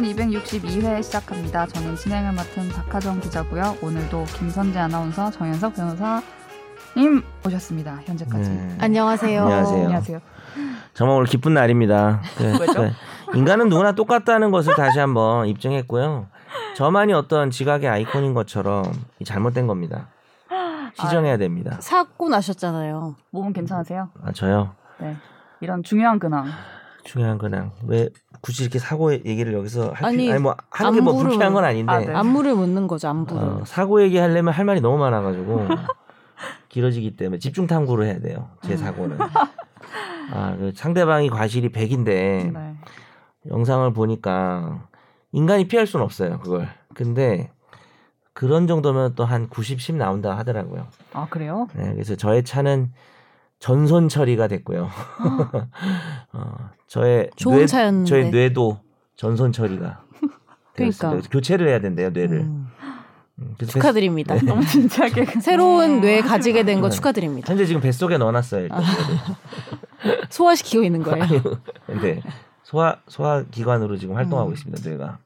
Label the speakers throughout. Speaker 1: 262회 시작합니다. 저는 진행을 맡은 박하정 기자고요. 오늘도 김선재 아나운서, 정현석 변호사님 오셨습니다. 현재까지.
Speaker 2: 네.
Speaker 3: 안녕하세요.
Speaker 2: 안녕하세요.
Speaker 1: 안녕하세요.
Speaker 2: 정말 오늘 기쁜 날입니다. 네,
Speaker 1: 왜죠?
Speaker 2: 네. 인간은 누구나 똑같다는 것을 다시 한번 입증했고요. 저만이 어떤 지각의 아이콘인 것처럼 이 잘못된 겁니다. 시정해야 됩니다.
Speaker 3: 사고 나셨잖아요.
Speaker 1: 몸은 괜찮으세요?
Speaker 2: 아 저요.
Speaker 1: 네. 이런 중요한 근황.
Speaker 2: 중요한 그냥 왜 굳이 이렇게 사고 얘기를 여기서 할
Speaker 3: 아니,
Speaker 2: 아니, 아니 뭐 하는 게 뭐
Speaker 3: 안부를-
Speaker 2: 불쾌한 건 아닌데
Speaker 1: 아, 네.
Speaker 3: 안무를 묻는 거죠. 안부를.
Speaker 2: 어, 사고 얘기하려면 할 말이 너무 많아가지고 길어지기 때문에 집중 탐구를 해야 돼요. 제 사고는. 아, 그 상대방이 과실이 100인데
Speaker 1: 네.
Speaker 2: 영상을 보니까 인간이 피할 수는 없어요 그걸 근데 그런 정도면 또 한 90, 10 나온다 하더라고요
Speaker 1: 아, 그래요?
Speaker 2: 네, 그래서 저의 차는 전손 처리가 됐고요 어, 저의
Speaker 3: 좋은 차였는데.
Speaker 2: 저의 뇌도 전손 처리가
Speaker 3: 그러니까.
Speaker 2: 되었습니다. 교체를 해야 된대요 뇌를
Speaker 3: 음,
Speaker 2: 음, 그래서 뱃-
Speaker 3: 축하드립니다.
Speaker 1: 너무 진지하게.
Speaker 3: 새로운
Speaker 1: 네.
Speaker 3: 뇌 가지게 된 거
Speaker 2: 네.
Speaker 3: 축하드립니다.
Speaker 2: 현재 지금 뱃속에 넣어놨어요 일단
Speaker 3: 아. 소화시키고 있는 거예요.
Speaker 2: 근데 소화 소화 기관으로 지금 활동하고
Speaker 3: 음.
Speaker 2: 있습니다 뇌가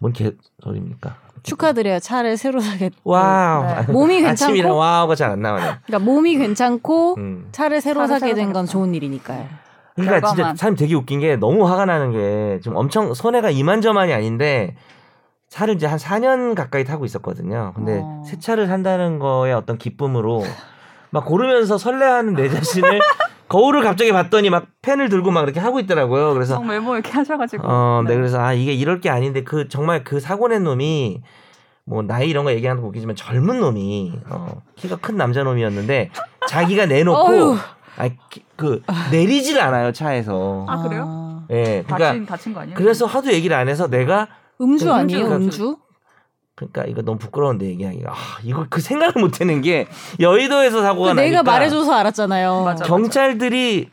Speaker 2: 뭔 개 소리입니까
Speaker 3: 축하드려요. 차를 새로 사게.
Speaker 2: 와우
Speaker 1: 네.
Speaker 3: 몸이
Speaker 2: 아침이랑
Speaker 3: 괜찮고, 어?
Speaker 2: 와우가 잘 안 나와요.
Speaker 3: 그러니까 몸이 괜찮고
Speaker 2: 음.
Speaker 3: 차를 새로
Speaker 1: 차를
Speaker 3: 사게
Speaker 1: 새로
Speaker 3: 된 건
Speaker 1: 사겠다.
Speaker 3: 좋은 일이니까요.
Speaker 2: 그러니까 진짜
Speaker 1: 결과만.
Speaker 2: 사람 되게 웃긴 게 너무 화가 나는 게 지금 엄청 손해가 이만저만이 아닌데 차를 이제 한 4년 가까이 타고 있었거든요. 근데
Speaker 1: 어.
Speaker 2: 새 차를 산다는 거에 어떤 기쁨으로 막 고르면서 설레하는 내 자신을 거울을 갑자기 봤더니 막 펜을 들고 막 이렇게 하고 있더라고요. 그래서
Speaker 1: 너무 외모 이렇게 하셔가지고.
Speaker 2: 어, 네,
Speaker 1: 네.
Speaker 2: 그래서 아 이게 이럴 게 아닌데 그 정말 그 사고 낸 놈이 뭐 나이 이런 거 얘기하는 거 웃기지만 젊은 놈이 어, 키가 큰 남자 놈이었는데 자기가 내놓고
Speaker 3: 어휴.
Speaker 2: 아니 키- 그 내리질 않아요 차에서.
Speaker 1: 아, 그래요?
Speaker 2: 예, 그러니까
Speaker 1: 다친, 다친 거 아니에요?
Speaker 2: 그래서 하도 얘기를 안 해서 내가
Speaker 3: 음주
Speaker 2: 음주,
Speaker 3: 아니에요?
Speaker 2: 네, 음주.
Speaker 3: 음주?
Speaker 2: 그러니까 이거 너무 부끄러운데 얘기하기가 아, 이거 그 생각을 못 하는 게 여의도에서 사고가
Speaker 3: 그 내가
Speaker 2: 나니까
Speaker 3: 말해줘서 알았잖아요.
Speaker 1: 맞아.
Speaker 2: 경찰들이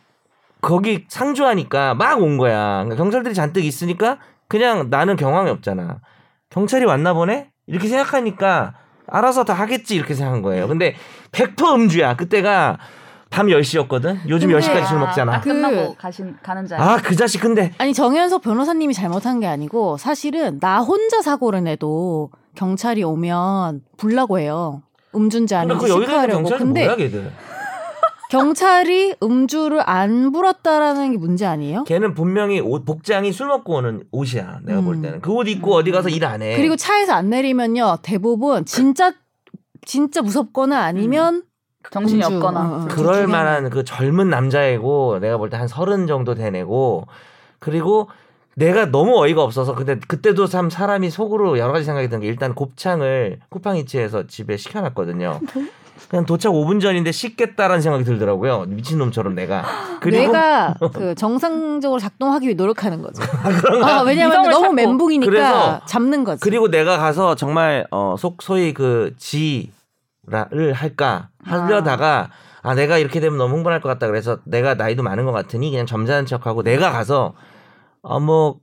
Speaker 2: 거기 상주하니까 막 온 거야. 그러니까 경찰들이 잔뜩 있으니까 그냥 나는 경황이 없잖아. 경찰이 왔나 보네? 이렇게 생각하니까 알아서 다 하겠지 이렇게 생각한 거예요. 근데 100% 음주야. 그때가 밤 10시였거든. 요즘
Speaker 3: 근데
Speaker 2: 10시까지 술 먹잖아.
Speaker 1: 아, 끝나고
Speaker 3: 그-
Speaker 1: 가신, 가는 자리.
Speaker 2: 아, 그 자식 근데
Speaker 3: 아니 정현석 변호사님이 잘못한 게 아니고 사실은 나 혼자 사고를 내도 경찰이 오면 불라고 해요. 음주인지
Speaker 2: 근데
Speaker 3: 아닌지
Speaker 2: 그 여의도에
Speaker 3: 체크하려고.
Speaker 2: 경찰이
Speaker 3: 근데
Speaker 2: 뭐야 걔들.
Speaker 3: 경찰이 음주를 안 불었다라는 게 문제 아니에요?
Speaker 2: 걔는 분명히 옷 복장이 술 먹고 오는 옷이야. 내가 볼
Speaker 3: 음.
Speaker 2: 때는 그 옷 입고 어디 가서 일 안 해.
Speaker 3: 그리고 차에서 안 내리면요 대부분 진짜 진짜 무섭거나
Speaker 2: 음.
Speaker 3: 아니면
Speaker 1: 정신이
Speaker 3: 음주,
Speaker 1: 없거나.
Speaker 3: 어, 어.
Speaker 2: 그럴
Speaker 3: 주변에.
Speaker 2: 만한 그 젊은 남자애고 내가 볼 때 한 서른 정도 되내고 그리고 내가 너무 어이가 없어서 근데 그때도 참 사람이 속으로 여러 가지 생각이 든 게 일단 곱창을 쿠팡이츠에서 집에 시켜놨거든요.
Speaker 3: 네.
Speaker 2: 그냥 도착 5분 전인데 식겠다라는 생각이 들더라고요. 미친놈처럼 내가. 그리고
Speaker 3: 뇌가 그 정상적으로 작동하기 위해 노력하는 거죠. 아, 왜냐면
Speaker 1: 이성을
Speaker 3: 너무
Speaker 1: 찾고.
Speaker 3: 멘붕이니까
Speaker 2: 그래서-
Speaker 3: 잡는 거지.
Speaker 2: 그리고 내가 가서 정말 어, 속 소위 그 지라를 할까 하려다가 아. 내가 이렇게 되면 너무 흥분할 것 같다 그래서 내가 나이도 많은 것 같으니 그냥 점잖은 척하고 내가 가서 어뭐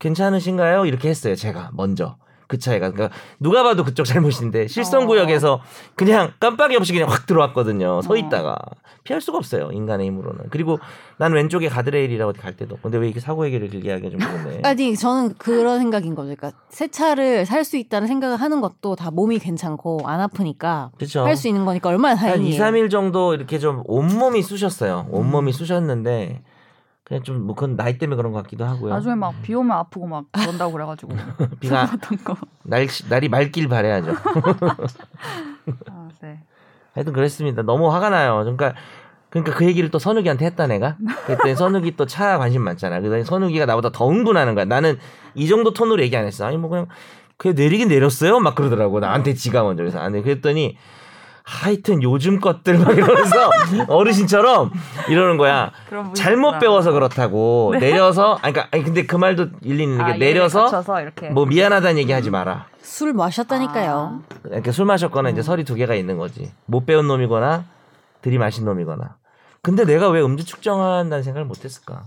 Speaker 2: 괜찮으신가요 이렇게 했어요 제가 먼저 그 차이가 그러니까 누가 봐도 그쪽 잘못인데
Speaker 1: 어.
Speaker 2: 실선 구역에서 그냥 깜빡이 없이 그냥 확 들어왔거든요
Speaker 1: 어.
Speaker 2: 서 있다가 피할 수가 없어요 인간의 힘으로는 그리고 난 왼쪽에 가드레일이라고 갈 때도 없고 근데 왜 이렇게 사고 얘기를 길게 하게 좀 그러네
Speaker 3: 아니 저는 그런 생각인 거죠. 그러니까 새 차를 살 수 있다는 생각을 하는 것도 다 몸이 괜찮고 안 아프니까
Speaker 2: 그렇죠
Speaker 3: 할 수 있는 거니까 얼마나
Speaker 2: 한
Speaker 3: 다행이에요. 음.
Speaker 2: 2, 3일 정도 이렇게 좀 온몸이 쑤셨어요. 온몸이 쑤셨는데 그냥 좀 뭐 그건 나이 때문에 그런 것 같기도 하고요.
Speaker 1: 나중에 막 비 오면 아프고 막 그런다고 그래가지고.
Speaker 2: 비가
Speaker 1: 어떤 거.
Speaker 2: 날 날이 맑길 바래야죠.
Speaker 1: 아, 네.
Speaker 2: 하여튼 그랬습니다. 너무 화가 나요. 그러니까 그러니까 그 얘기를 또 선욱이한테 했다 내가. 그랬더니 선욱이 또 차 관심 많잖아. 그러더니 선욱이가 나보다 더 흥분하는 거야. 나는 이 정도 톤으로 얘기 안 했어. 아니 뭐 그냥 그냥 내리긴 내렸어요. 막 그러더라고. 나한테 지가 먼저 그래서 안돼 그랬더니 하여튼 요즘 것들 막 이러면서 어르신처럼 이러는 거야.
Speaker 1: 그런 분이
Speaker 2: 잘못
Speaker 1: 있구나.
Speaker 2: 배워서 그렇다고 내려서 아니 그러니까 아니 근데 그 말도 일리 있는 게
Speaker 1: 아, 얘를
Speaker 2: 내려서
Speaker 1: 거쳐서 네. 이렇게.
Speaker 2: 뭐 미안하다는 얘기 하지 마라.
Speaker 3: 술 마셨다니까요.
Speaker 1: 아,
Speaker 2: 이렇게 술 마셨거나 이제 설이 두 개가 있는 거지. 못 배운 놈이거나 들이마신 놈이거나. 근데 내가 왜 음주 측정한다는 생각을 못 했을까?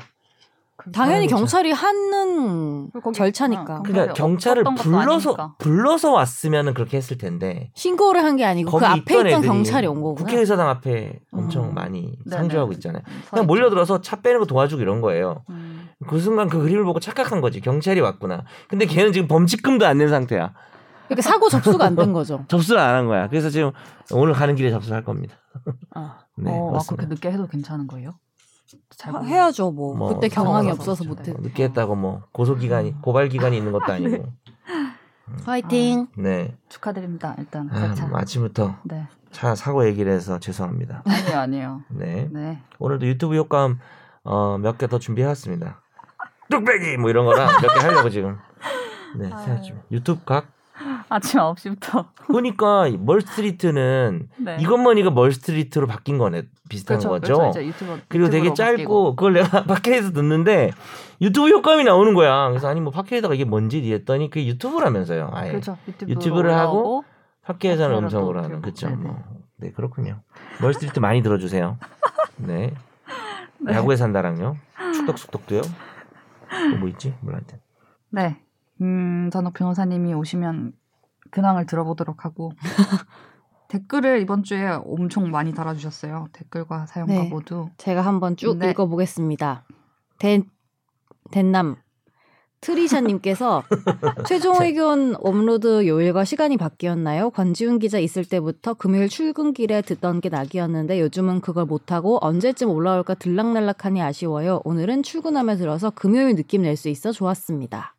Speaker 3: 당연히
Speaker 2: 그렇죠.
Speaker 3: 경찰이 하는
Speaker 1: 그리고 거기-
Speaker 3: 절차니까
Speaker 1: 어,
Speaker 2: 그러니까
Speaker 1: 경찰이
Speaker 2: 경찰을
Speaker 1: 없었던 것도
Speaker 2: 불러서
Speaker 1: 아니니까.
Speaker 2: 불러서 왔으면은 그렇게 했을 텐데.
Speaker 3: 신고를 한 게 아니고
Speaker 2: 거기
Speaker 3: 그 앞에 있던
Speaker 2: 애들이
Speaker 3: 경찰이 온 거구나.
Speaker 2: 국회의사당 앞에 엄청
Speaker 3: 음.
Speaker 2: 많이
Speaker 1: 네네.
Speaker 2: 상주하고 있잖아요.
Speaker 1: 서 있죠.
Speaker 2: 그냥 몰려들어서 차 빼는 거 도와주고 이런 거예요.
Speaker 1: 음.
Speaker 2: 그 순간 그 그림을 보고 착각한 거지. 경찰이 왔구나. 근데 걔는 지금 범칙금도 안 낸 상태야.
Speaker 3: 그러니까 사고 접수가 안 된 거죠.
Speaker 2: 접수를 안 한 거야. 그래서 지금 오늘 가는 길에 접수를 할 겁니다.
Speaker 3: 아,
Speaker 2: 네,
Speaker 1: 어, 아,
Speaker 2: 맞습니다.
Speaker 1: 그렇게 늦게 해도 괜찮은 거예요? 잘
Speaker 3: 하-
Speaker 1: 모르겠-
Speaker 3: 해야죠 뭐.
Speaker 2: 뭐,
Speaker 3: 그때 경황이
Speaker 2: 상관없어.
Speaker 3: 없어서 못해.
Speaker 2: 뭐 늦게 했다고 뭐 고소기간이 고발기간이 있는 것도 아니고. 음.
Speaker 3: 화이팅.
Speaker 2: 네.
Speaker 1: 축하드립니다. 일단
Speaker 2: 아,
Speaker 1: 가차.
Speaker 2: 아침부터
Speaker 1: 네
Speaker 2: 차 사고 얘기를 해서 죄송합니다.
Speaker 1: 아니요 아니요.
Speaker 2: 네.
Speaker 1: 네.
Speaker 2: 오늘도 유튜브 효과음 어, 몇 개 더 준비해왔습니다. 뚝배기 뭐 이런 거랑 몇 개 하려고 지금. 네, 생각 중. 유튜브 각.
Speaker 1: 아침 9시부터.
Speaker 2: 그러니까 이 멀스트리트는
Speaker 1: 네.
Speaker 2: 이것머니가 멀스트리트로 바뀐 거네 비슷한
Speaker 1: 그렇죠,
Speaker 2: 거죠.
Speaker 1: 그렇죠. 이제 유튜브
Speaker 2: 그리고 되게
Speaker 1: 유튜브로
Speaker 2: 짧고
Speaker 1: 바뀌고.
Speaker 2: 그걸 내가 팟캐에서 듣는데 유튜브 효과음이 나오는 거야. 그래서 아니 뭐 팟캐에다가 이게 뭔지 이랬더니 그게 유튜브라면서요. 아예
Speaker 1: 그렇죠. 유튜브로
Speaker 2: 네. 유튜브를 하고
Speaker 1: 올라오고.
Speaker 2: 팟캐에서는
Speaker 1: 팟캐로
Speaker 2: 음성으로
Speaker 1: 또 들고.
Speaker 2: 하는 그죠.
Speaker 1: 그렇죠. 네네.
Speaker 2: 뭐. 네 그렇군요. 멀스트리트 많이 들어주세요. 네.
Speaker 1: 네.
Speaker 2: 야구에 산다랑요. 축덕숙덕도요. 또 뭐 있지? 몰라. 하여튼.
Speaker 1: 네. 음, 전욱 변호사님이 오시면 근황을 들어보도록 하고 댓글을 이번 주에 엄청 많이 달아주셨어요. 댓글과 사용과
Speaker 3: 네.
Speaker 1: 모두.
Speaker 3: 제가 한번 쭉
Speaker 1: 네.
Speaker 3: 읽어보겠습니다. 대, 대남 트리샤님께서 최종 의견 업로드 요일과 시간이 바뀌었나요? 권지훈 기자 있을 때부터 금요일 출근길에 듣던 게 낙이었는데 요즘은 그걸 못하고 언제쯤 올라올까 들락날락하니 아쉬워요. 오늘은 출근하며 들어서 금요일 느낌 낼 수 있어 좋았습니다.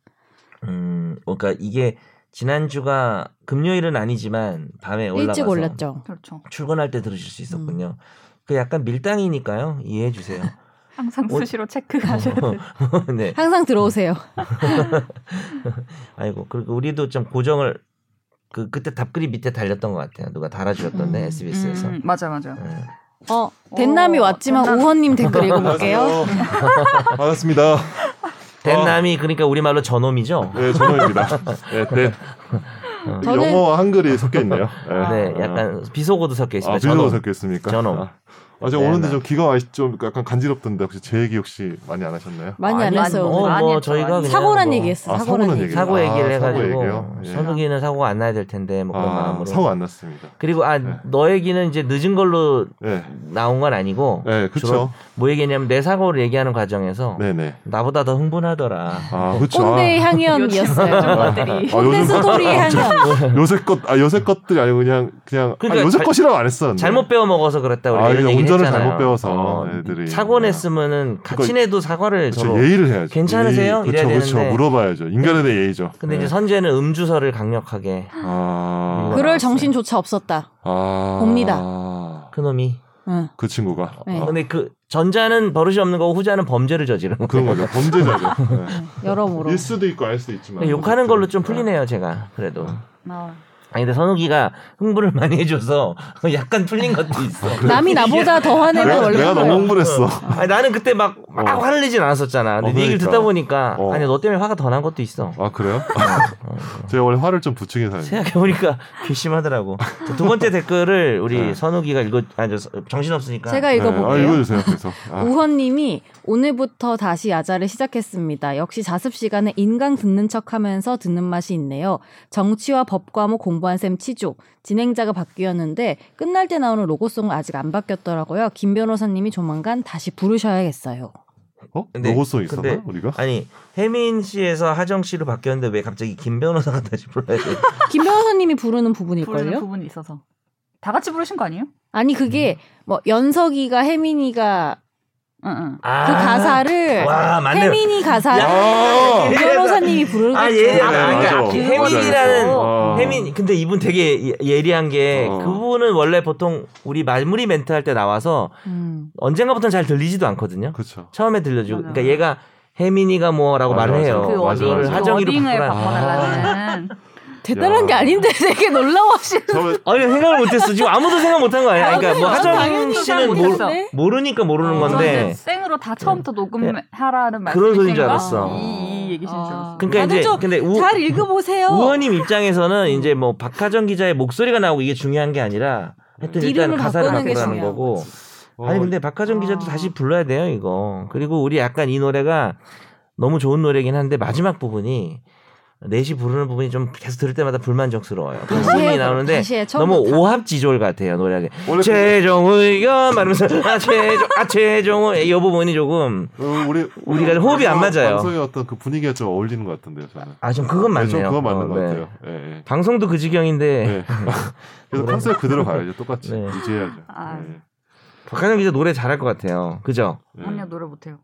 Speaker 2: 음, 그러니까 이게 지난주가 금요일은 아니지만 밤에 올라가서
Speaker 3: 일찍 올렸죠.
Speaker 1: 그렇죠.
Speaker 2: 출근할 때 들으실 수 있었군요.
Speaker 3: 음.
Speaker 2: 그 약간 밀당이니까요. 이해해 주세요.
Speaker 1: 항상
Speaker 2: 오-
Speaker 1: 수시로 체크하셔야 돼요.
Speaker 2: 네.
Speaker 3: 항상 들어오세요.
Speaker 2: 아이고 그리고 우리도 좀 고정을 그 그때 답글이 밑에 달렸던 것 같아요. 누가 달아주셨던데
Speaker 3: 음.
Speaker 2: SBS에서. 네.
Speaker 1: 음, 맞아 맞아.
Speaker 3: 어, 대남이
Speaker 1: 오,
Speaker 3: 왔지만
Speaker 1: 대남.
Speaker 3: 우헌님 댓글 읽어볼게요.
Speaker 4: 안녕하세요. 반갑습니다. 어.
Speaker 2: 대남이 그러니까 우리 말로 저놈이죠.
Speaker 4: 네, 전호입니다. 네, 네.
Speaker 3: 저는-
Speaker 4: 영어와 한글이 섞여 있네요.
Speaker 2: 네, 약간 비속어도 섞여 있습니다.
Speaker 4: 아, 비교가
Speaker 2: 저놈.
Speaker 4: 섞여 있습니까?
Speaker 2: 저놈.
Speaker 4: 아, 아 제가
Speaker 2: 네,
Speaker 4: 오는데
Speaker 2: 네.
Speaker 4: 좀 귀가 많이 좀 약간 간지럽던데 혹시 제 얘기 혹시 많이 안 하셨나요?
Speaker 3: 많이 안
Speaker 2: 아니,
Speaker 3: 했어요.
Speaker 2: 뭐,
Speaker 3: 오늘.
Speaker 1: 많이
Speaker 2: 뭐
Speaker 1: 했죠,
Speaker 2: 저희가
Speaker 1: 많이.
Speaker 2: 그냥
Speaker 3: 사고란
Speaker 2: 뭐
Speaker 3: 얘기했어.
Speaker 4: 아,
Speaker 3: 사고란
Speaker 4: 사고란
Speaker 3: 얘기.
Speaker 4: 얘기.
Speaker 2: 사고
Speaker 4: 아,
Speaker 2: 얘기를
Speaker 4: 사고
Speaker 2: 해가지고
Speaker 4: 얘기요? 예.
Speaker 2: 선욱이는 사고가 안 나야 될 텐데 뭐 그런
Speaker 4: 아,
Speaker 2: 마음으로.
Speaker 4: 사고 안 났습니다.
Speaker 2: 그리고 아
Speaker 4: 네.
Speaker 2: 너 얘기는 이제 늦은 걸로
Speaker 4: 네,
Speaker 2: 나온 건 아니고
Speaker 4: 네,
Speaker 2: 주로
Speaker 4: 그렇죠.
Speaker 2: 뭐 얘기냐면 내 사고를 얘기하는 과정에서
Speaker 4: 네, 네.
Speaker 2: 나보다 더 흥분하더라.
Speaker 3: 어,
Speaker 4: 아, 그렇죠.
Speaker 3: 꼰대의 향연이었어요.
Speaker 4: 아, 아,
Speaker 3: 꼰대
Speaker 4: 요즘
Speaker 3: 스토리의 향연.
Speaker 2: 어,
Speaker 4: 요새 것, 아 요새 것들이 아니고 그냥 그냥
Speaker 2: 그러니까
Speaker 4: 아, 요새
Speaker 2: 잘-
Speaker 4: 것이라고 안 했어.
Speaker 2: 잘못 배워 먹어서 그랬다 우리
Speaker 4: 아,
Speaker 2: 이런
Speaker 4: 이게
Speaker 2: 얘기 했잖아요.
Speaker 4: 운전을
Speaker 2: 어,
Speaker 4: 잘못 배워서 애들이.
Speaker 2: 사고 냈으면은 같이
Speaker 4: 그러니까
Speaker 2: 내도 사과를
Speaker 4: 그렇죠.
Speaker 2: 저로.
Speaker 4: 예의를 해야죠.
Speaker 2: 괜찮으세요?
Speaker 4: 예의,
Speaker 2: 이래야
Speaker 4: 그렇죠, 그렇죠.
Speaker 2: 되는데.
Speaker 4: 물어봐야죠. 인간에 대한 예의죠.
Speaker 2: 근데
Speaker 4: 네.
Speaker 2: 이제 선재는 음주설을 강력하게
Speaker 4: 아,
Speaker 2: 그럴
Speaker 3: 그럴 정신조차 없었다.
Speaker 4: 아,
Speaker 3: 봅니다.
Speaker 2: 그놈이.
Speaker 3: 응.
Speaker 4: 그 친구가
Speaker 3: 네.
Speaker 4: 아,
Speaker 2: 근데 그 전자는 버릇이 없는 거고 후자는 범죄를 저지른 거.
Speaker 4: 그런 거죠. 범죄자죠. 네.
Speaker 3: 여러모로.
Speaker 4: 일 수도 있고 알 수도 있지만
Speaker 2: 근데 욕하는 걸로 좀
Speaker 4: 네.
Speaker 2: 풀리네요 제가 그래도.
Speaker 1: 어.
Speaker 2: 아니 근데 선욱이가 흥분을 많이 해줘서 약간 풀린 것도 있어. 예.
Speaker 3: 남이 나보다 더 화내면
Speaker 4: 내가,
Speaker 3: 네. 원래
Speaker 4: 내가 너무
Speaker 3: 그래요.
Speaker 4: 아,
Speaker 3: 네.
Speaker 4: 흥분했어.
Speaker 2: 아니 나는 그때 막, 막
Speaker 4: 어.
Speaker 2: 화를 내진 않았었잖아. 근데
Speaker 4: 어,
Speaker 2: 네 얘기를 듣다 보니까
Speaker 4: 어.
Speaker 2: 아니 너 때문에 화가 더 난 것도 있어.
Speaker 4: 아 그래요?
Speaker 3: 네.
Speaker 4: 제가 원래 화를 좀 부추긴 사람이에요.
Speaker 2: 네. 생각해 보니까 괘씸하더라고. 자, 두 번째 댓글을 우리
Speaker 4: 네.
Speaker 2: 선욱이가 읽어 아니 저 정신 없으니까
Speaker 3: 제가
Speaker 4: 아,
Speaker 3: 읽어볼게요.
Speaker 4: 읽어주세요. 그래서 아,
Speaker 3: 우헌님이 오늘부터 다시 야자를 시작했습니다. 역시 자습 시간에 인강 듣는 척하면서 듣는 맛이 있네요. 정치와 법 과목 뭐 공부한 셈 치죠. 진행자가 바뀌었는데 끝날 때 나오는 로고송은 아직 안 바뀌었더라고요. 김 변호사님이 조만간 다시 부르셔야겠어요.
Speaker 4: 어?
Speaker 2: 근데-
Speaker 4: 로고송 있었나
Speaker 2: 근데-
Speaker 4: 우리가?
Speaker 2: 아니 혜민 씨에서 하정 씨로 바뀌었는데 왜 갑자기 김 변호사가 다시 불러야 돼?
Speaker 1: 그
Speaker 3: 김 변호사님이 부르는
Speaker 1: 부르는
Speaker 3: 부분일걸요?
Speaker 1: 부분이 있어서 다 같이 부르신 거 아니에요?
Speaker 3: 아니 그게
Speaker 2: 음.
Speaker 3: 뭐 연석이가 혜민이가
Speaker 1: 응 응.
Speaker 2: 아,
Speaker 3: 그 가사를
Speaker 2: 와 맞네.
Speaker 3: 혜민이 가사를
Speaker 4: 아, 네,
Speaker 3: 김 변호사님이 부르겠죠.
Speaker 2: 아 예, 아,
Speaker 4: 맞아.
Speaker 2: 그러니까 혜민이라는
Speaker 4: 맞아.
Speaker 2: 혜민 근데 이분 되게 예- 예리한 게
Speaker 4: 어.
Speaker 2: 그분은 원래 보통 우리 말무리 멘트 할 때 나와서
Speaker 3: 음.
Speaker 2: 언젠가부터는 잘 들리지도 않거든요.
Speaker 4: 그렇죠.
Speaker 2: 처음에 들려주고
Speaker 1: 맞아.
Speaker 2: 그러니까 얘가 혜민이가 뭐라고
Speaker 4: 맞아,
Speaker 2: 말을
Speaker 4: 맞아.
Speaker 2: 해요.
Speaker 1: 그
Speaker 4: 맞아,
Speaker 1: 어딩
Speaker 2: 그거를
Speaker 4: 맞아.
Speaker 2: 하정이로
Speaker 1: 을
Speaker 2: 바꾸라.
Speaker 1: 바꿔달라는.
Speaker 3: 대단한
Speaker 4: 야.
Speaker 3: 게 아닌데 되게 놀라워하시는
Speaker 4: 처음에
Speaker 2: 아니 생각을 못했어. 지금 아무도 생각 못한 거야. 그러니까 뭐
Speaker 1: 아,
Speaker 2: 하정
Speaker 1: 당연히
Speaker 2: 씨는 뭐
Speaker 1: 생각
Speaker 2: 모르,
Speaker 1: 못했어.
Speaker 2: 모르니까 모르는
Speaker 3: 어,
Speaker 1: 저는
Speaker 2: 건데.
Speaker 1: 이제 생으로 다 처음부터 녹음하라는 말씀.
Speaker 2: 그런 소리인 줄 알았어.
Speaker 1: 이, 이
Speaker 3: 아.
Speaker 1: 얘기신 줄 알았어.
Speaker 2: 그러니까
Speaker 3: 다들
Speaker 2: 이제
Speaker 3: 좀
Speaker 2: 근데 우,
Speaker 3: 잘 읽어보세요.
Speaker 2: 우원님 입장에서는 이제 뭐 박하정 기자의 목소리가 나오고 이게 중요한 게 아니라 하여튼 일단
Speaker 3: 이름을
Speaker 2: 가사를
Speaker 3: 바꾸는 게
Speaker 2: 바꾸라는
Speaker 3: 중요한
Speaker 2: 거고.
Speaker 4: 어,
Speaker 2: 아니 근데 박하정 기자도
Speaker 3: 아.
Speaker 2: 다시 불러야 돼요 이거. 그리고 우리 약간 이 노래가 너무 좋은 노래긴 한데 마지막 부분이 넷이 부르는 부분이 좀 계속 들을 때마다 불만족스러워요.
Speaker 3: 다시
Speaker 2: 부분이
Speaker 3: 해,
Speaker 2: 나오는데
Speaker 3: 네. 다시 해,
Speaker 2: 너무
Speaker 3: 처음부터.
Speaker 2: 오합지졸 같아요 노래하게.
Speaker 4: 원래
Speaker 2: 최종 의견 말하면서 아 최종 아 최종 의- 이 부분이 조금
Speaker 4: 그- 어, 우리
Speaker 2: 우리가 호흡이 안 맞아요.
Speaker 4: 방송의 어떤 그 분위기가 좀 어울리는 것 같은데요, 저는.
Speaker 2: 아 좀 그건 맞네요.
Speaker 4: 네, 좀 그거
Speaker 2: 어,
Speaker 4: 맞는 것
Speaker 2: 네.
Speaker 4: 같아요. 예, 예.
Speaker 2: 방송도 그 지경인데
Speaker 4: 네. 그래서 컨셉 그대로 가야죠. 똑같이
Speaker 2: 뭐. 네.
Speaker 4: 유지해야죠.
Speaker 1: 아.
Speaker 4: 예,
Speaker 2: 박한영 기자 노래 잘할 것 같아요. 그죠?
Speaker 4: 예.
Speaker 1: 아니요 노래 못해요.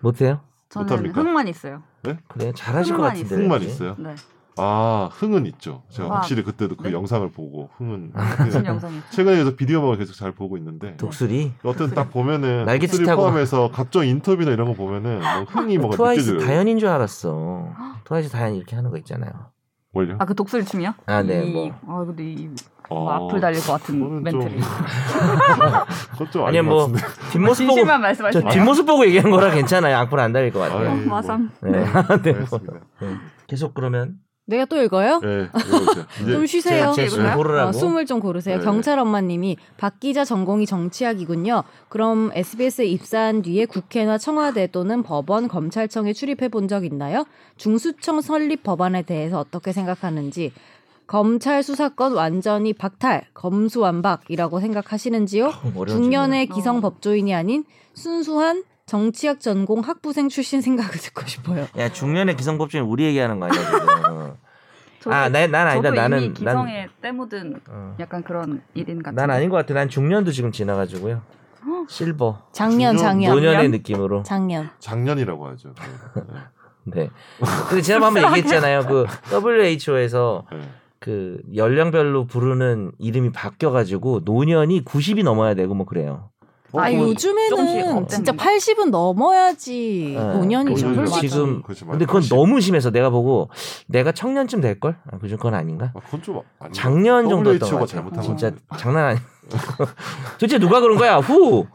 Speaker 2: 못해요?
Speaker 1: 저는
Speaker 4: 못합니까?
Speaker 1: 흥만 있어요.
Speaker 2: 그래 잘하실 것
Speaker 1: 흥만
Speaker 2: 같은데.
Speaker 1: 있어요.
Speaker 4: 흥만
Speaker 2: 그치?
Speaker 4: 있어요.
Speaker 1: 네.
Speaker 4: 아 흥은 있죠. 제가
Speaker 1: 아.
Speaker 4: 확실히 그때도 그
Speaker 1: 네?
Speaker 4: 영상을 보고 흥은
Speaker 2: 그
Speaker 1: 지금
Speaker 4: 예.
Speaker 1: 영상이.
Speaker 4: 최근에 그래서 비디오방을 계속 잘 보고 있는데
Speaker 2: 독수리.
Speaker 4: 어쨌든 딱 보면은
Speaker 2: 날개
Speaker 4: 목소리
Speaker 2: 짓하고.
Speaker 4: 포함해서 각종 인터뷰나 이런 거 보면은
Speaker 1: 아,
Speaker 4: 뭐 흥이 뭐가
Speaker 2: 트와이스
Speaker 4: 느껴져요.
Speaker 2: 다현인 줄 알았어. 트와이스 다현 이렇게 하는 거 있잖아요.
Speaker 4: 원래
Speaker 1: 아그 독수리 춤이요?
Speaker 2: 아, 네,
Speaker 1: 이-
Speaker 2: 뭐.
Speaker 1: 아 근데 이
Speaker 4: 어,
Speaker 1: 뭐 악플 달릴 것 같은
Speaker 4: 그거는 좀-
Speaker 1: 멘트를.
Speaker 4: 그것 좀
Speaker 2: 아니
Speaker 4: 아닌 것
Speaker 2: 뭐
Speaker 4: 같은데.
Speaker 2: 뒷모습 보고
Speaker 1: 진심만
Speaker 2: 저
Speaker 1: 말씀하시면.
Speaker 2: 뒷모습 보고 얘기한 거라 괜찮아요. 악플 안 달릴 것 같아요.
Speaker 4: 아,
Speaker 1: 어,
Speaker 4: 예, 뭐.
Speaker 1: 마삼.
Speaker 2: 네. 네, 뭐.
Speaker 4: 알겠습니다.
Speaker 2: 계속 그러면
Speaker 3: 내가 또 읽어요?
Speaker 4: 예, 이거죠. 이제
Speaker 3: 좀 쉬세요.
Speaker 2: 제- 제- 제-
Speaker 1: 읽어요?
Speaker 2: 고르라고.
Speaker 3: 어, 숨을 좀 고르세요.
Speaker 4: 네.
Speaker 3: 경찰 엄마님이 박 기자 전공이 정치학이군요. 그럼 SBS에 입사한 뒤에 국회나 청와대 또는 법원, 검찰청에 출입해 본 적 있나요? 중수청 설립 법안에 대해서 어떻게 생각하는지 검찰 수사권 완전히 박탈, 검수완박이라고 생각하시는지요?
Speaker 2: 아, 어려운
Speaker 1: 질문이네.
Speaker 3: 중년의 기성
Speaker 1: 어.
Speaker 3: 법조인이 아닌 순수한 정치학 전공 학부생 출신 생각을 듣고 싶어요.
Speaker 2: 질문. 야 중년의 기성법적인 우리 얘기하는 거 아니야 지금?
Speaker 1: 저도-
Speaker 2: 아난 네, 난 아니다.
Speaker 1: 저도
Speaker 2: 나는
Speaker 1: 이미 기성에 때묻은
Speaker 2: 난, 어.
Speaker 1: 약간 그런 일인 같은.
Speaker 2: 난 아닌 것 같아. 난 중년도 지금 지나가지고요. 실버
Speaker 3: 작년,
Speaker 4: 중년,
Speaker 3: 작년,
Speaker 2: 노년의 느낌으로.
Speaker 3: 작년.
Speaker 4: 작년이라고 하죠. 예,
Speaker 2: 네. 근데 지난번에 얘기했잖아요. 그 WHO에서
Speaker 4: 예.
Speaker 2: 그 연령별로 부르는 이름이 바뀌어가지고 노년이 90이 넘어야 되고 뭐 그래요.
Speaker 1: 아,
Speaker 3: 아
Speaker 4: 어,
Speaker 1: 뭐 조금씩
Speaker 3: 요즘에는
Speaker 1: 업됐는데.
Speaker 3: 진짜 80은 넘어야지
Speaker 2: 네.
Speaker 3: 노년이
Speaker 2: 그리고
Speaker 3: 죠
Speaker 4: 그거는
Speaker 3: 솔직히.
Speaker 2: 지금
Speaker 4: 그렇지 말고
Speaker 2: 근데 그건
Speaker 4: 다시.
Speaker 2: 너무 심해서 내가 보고 내가 청년쯤 될 걸? 아, 그중 그건 아닌가?
Speaker 4: 아, 그건 좀 아닌
Speaker 2: 작년 정도였던
Speaker 4: WHO가
Speaker 2: 것
Speaker 4: 잘못한
Speaker 2: 같아요. 진짜
Speaker 4: 거죠.
Speaker 2: 장난 아니. 도대체 누가 그런 거야? 후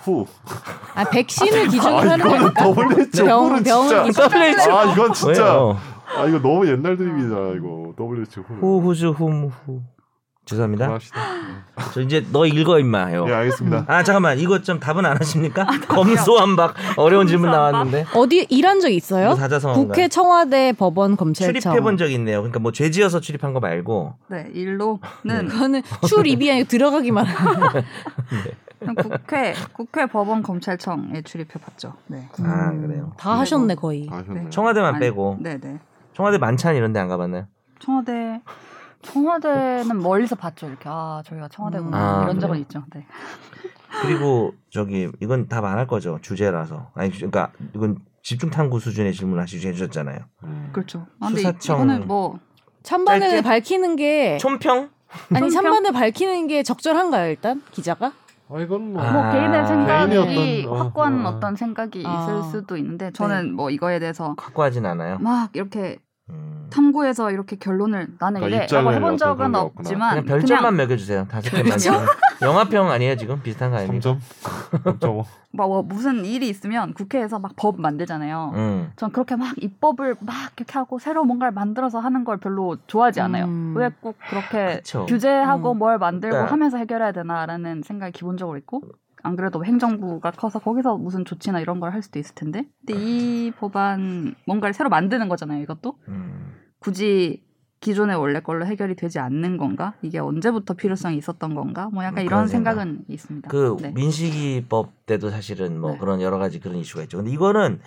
Speaker 4: 후.
Speaker 3: 아 백신을 기준으로
Speaker 4: 아
Speaker 3: 하는
Speaker 4: 이거는
Speaker 3: 거니까
Speaker 4: WHO
Speaker 3: 병-
Speaker 4: 후는
Speaker 3: 병은
Speaker 4: 진짜.
Speaker 2: WHO
Speaker 4: 아 이건 진짜.
Speaker 2: 왜요?
Speaker 4: 아 이거 너무 옛날 드립이다 이거 WHO 후.
Speaker 2: 후 후즈 훔후 죄송합니다.
Speaker 4: 고맙습니다.
Speaker 2: 저 이제 너 읽어 임마요.
Speaker 4: 네. 예 알겠습니다.
Speaker 2: 아 잠깐만 이거 좀 답은 안 하십니까? 검소한박 어려운 질문
Speaker 1: 검소한박.
Speaker 2: 나왔는데
Speaker 3: 어디 일한 적 있어요?
Speaker 2: 이거 네. 사자성어인가요?
Speaker 3: 국회, 청와대, 법원, 검찰청.
Speaker 2: 출입해본 적 있네요. 그러니까 뭐 죄지어서 출입한 거 말고
Speaker 1: 네 일로는
Speaker 3: 그거는 출입이 아니고 들어가기만 하는.
Speaker 1: 그냥 국회 국회 법원 검찰청에 출입해봤죠. 네.
Speaker 3: 음.
Speaker 2: 아, 그래요.
Speaker 3: 다 하셨네 거의.
Speaker 4: 다 하셨네요.
Speaker 1: 네.
Speaker 2: 청와대만
Speaker 1: 아니,
Speaker 2: 빼고
Speaker 1: 네네.
Speaker 2: 청와대 만찬 이런 데 안 가봤나요?
Speaker 1: 청와대 청와대는 멀리서 봤죠. 이렇게 아 저희가 청와대구나
Speaker 2: 아,
Speaker 1: 이런 적은
Speaker 2: 그래요?
Speaker 1: 있죠. 네.
Speaker 2: 그리고 저기 이건 답 안 할 거죠 주제라서 아니 그러니까 이건 집중 탐구 수준의 질문하시 해주셨잖아요.
Speaker 4: 음.
Speaker 1: 그렇죠. 아, 근데
Speaker 2: 수사청.
Speaker 1: 이거는 뭐
Speaker 3: 찬반을
Speaker 2: 짧게?
Speaker 3: 밝히는 게
Speaker 2: 총평?
Speaker 1: 총평?
Speaker 3: 아니 찬반을 밝히는 게 적절한가요 일단 기자가?
Speaker 4: 아 이건 뭐.
Speaker 2: 아,
Speaker 1: 뭐 개인의 생각이
Speaker 4: 개인의 어떤, 어,
Speaker 1: 확고한
Speaker 4: 어.
Speaker 1: 어, 떤 생각이
Speaker 3: 아.
Speaker 1: 있을 수도 있는데 저는
Speaker 3: 네.
Speaker 1: 뭐 이거에 대해서
Speaker 2: 확고하진 않아요.
Speaker 1: 막 이렇게
Speaker 2: 음.
Speaker 1: 탐구해서 이렇게 결론을 나는
Speaker 4: 그러니까
Speaker 1: 이래라고
Speaker 4: 입장을
Speaker 1: 해본
Speaker 4: 어떤
Speaker 1: 적은
Speaker 4: 게 없구나.
Speaker 1: 없지만
Speaker 2: 그냥 별점만 매겨주세요. 다섯 개만. 영화평 아니에요 지금 비슷한 거 아닙니까?
Speaker 4: 3점. 3.5.
Speaker 1: 막 뭐 무슨 일이 있으면 국회에서 막 법 만들잖아요.
Speaker 2: 음.
Speaker 1: 전 그렇게 막 입법을 막 이렇게 하고 새로 뭔가를 만들어서 하는 걸 별로 좋아하지 않아요.
Speaker 3: 음.
Speaker 1: 왜 꼭 그렇게
Speaker 2: 그쵸.
Speaker 1: 네. 규제하고
Speaker 3: 음.
Speaker 1: 뭘 만들고
Speaker 2: 네.
Speaker 1: 하면서 해결해야 되나라는 생각이 기본적으로 있고 안 그래도 행정부가 커서 거기서 무슨 조치나 이런 걸 할 수도 있을 텐데 근데
Speaker 2: 네.
Speaker 1: 이 법안 뭔가를 새로 만드는 거잖아요. 이것도
Speaker 2: 음.
Speaker 1: 굳이 기존의 원래 걸로 해결이 되지 않는 건가? 이게 언제부터 필요성이 있었던 건가? 뭐 약간
Speaker 2: 음, 그런
Speaker 1: 이런
Speaker 2: 생각.
Speaker 1: 생각은 있습니다.
Speaker 2: 그
Speaker 1: 네.
Speaker 2: 민식이법 때도 사실은 뭐
Speaker 1: 네.
Speaker 2: 그런 여러 가지 그런 이슈가 있죠. 근데 이거는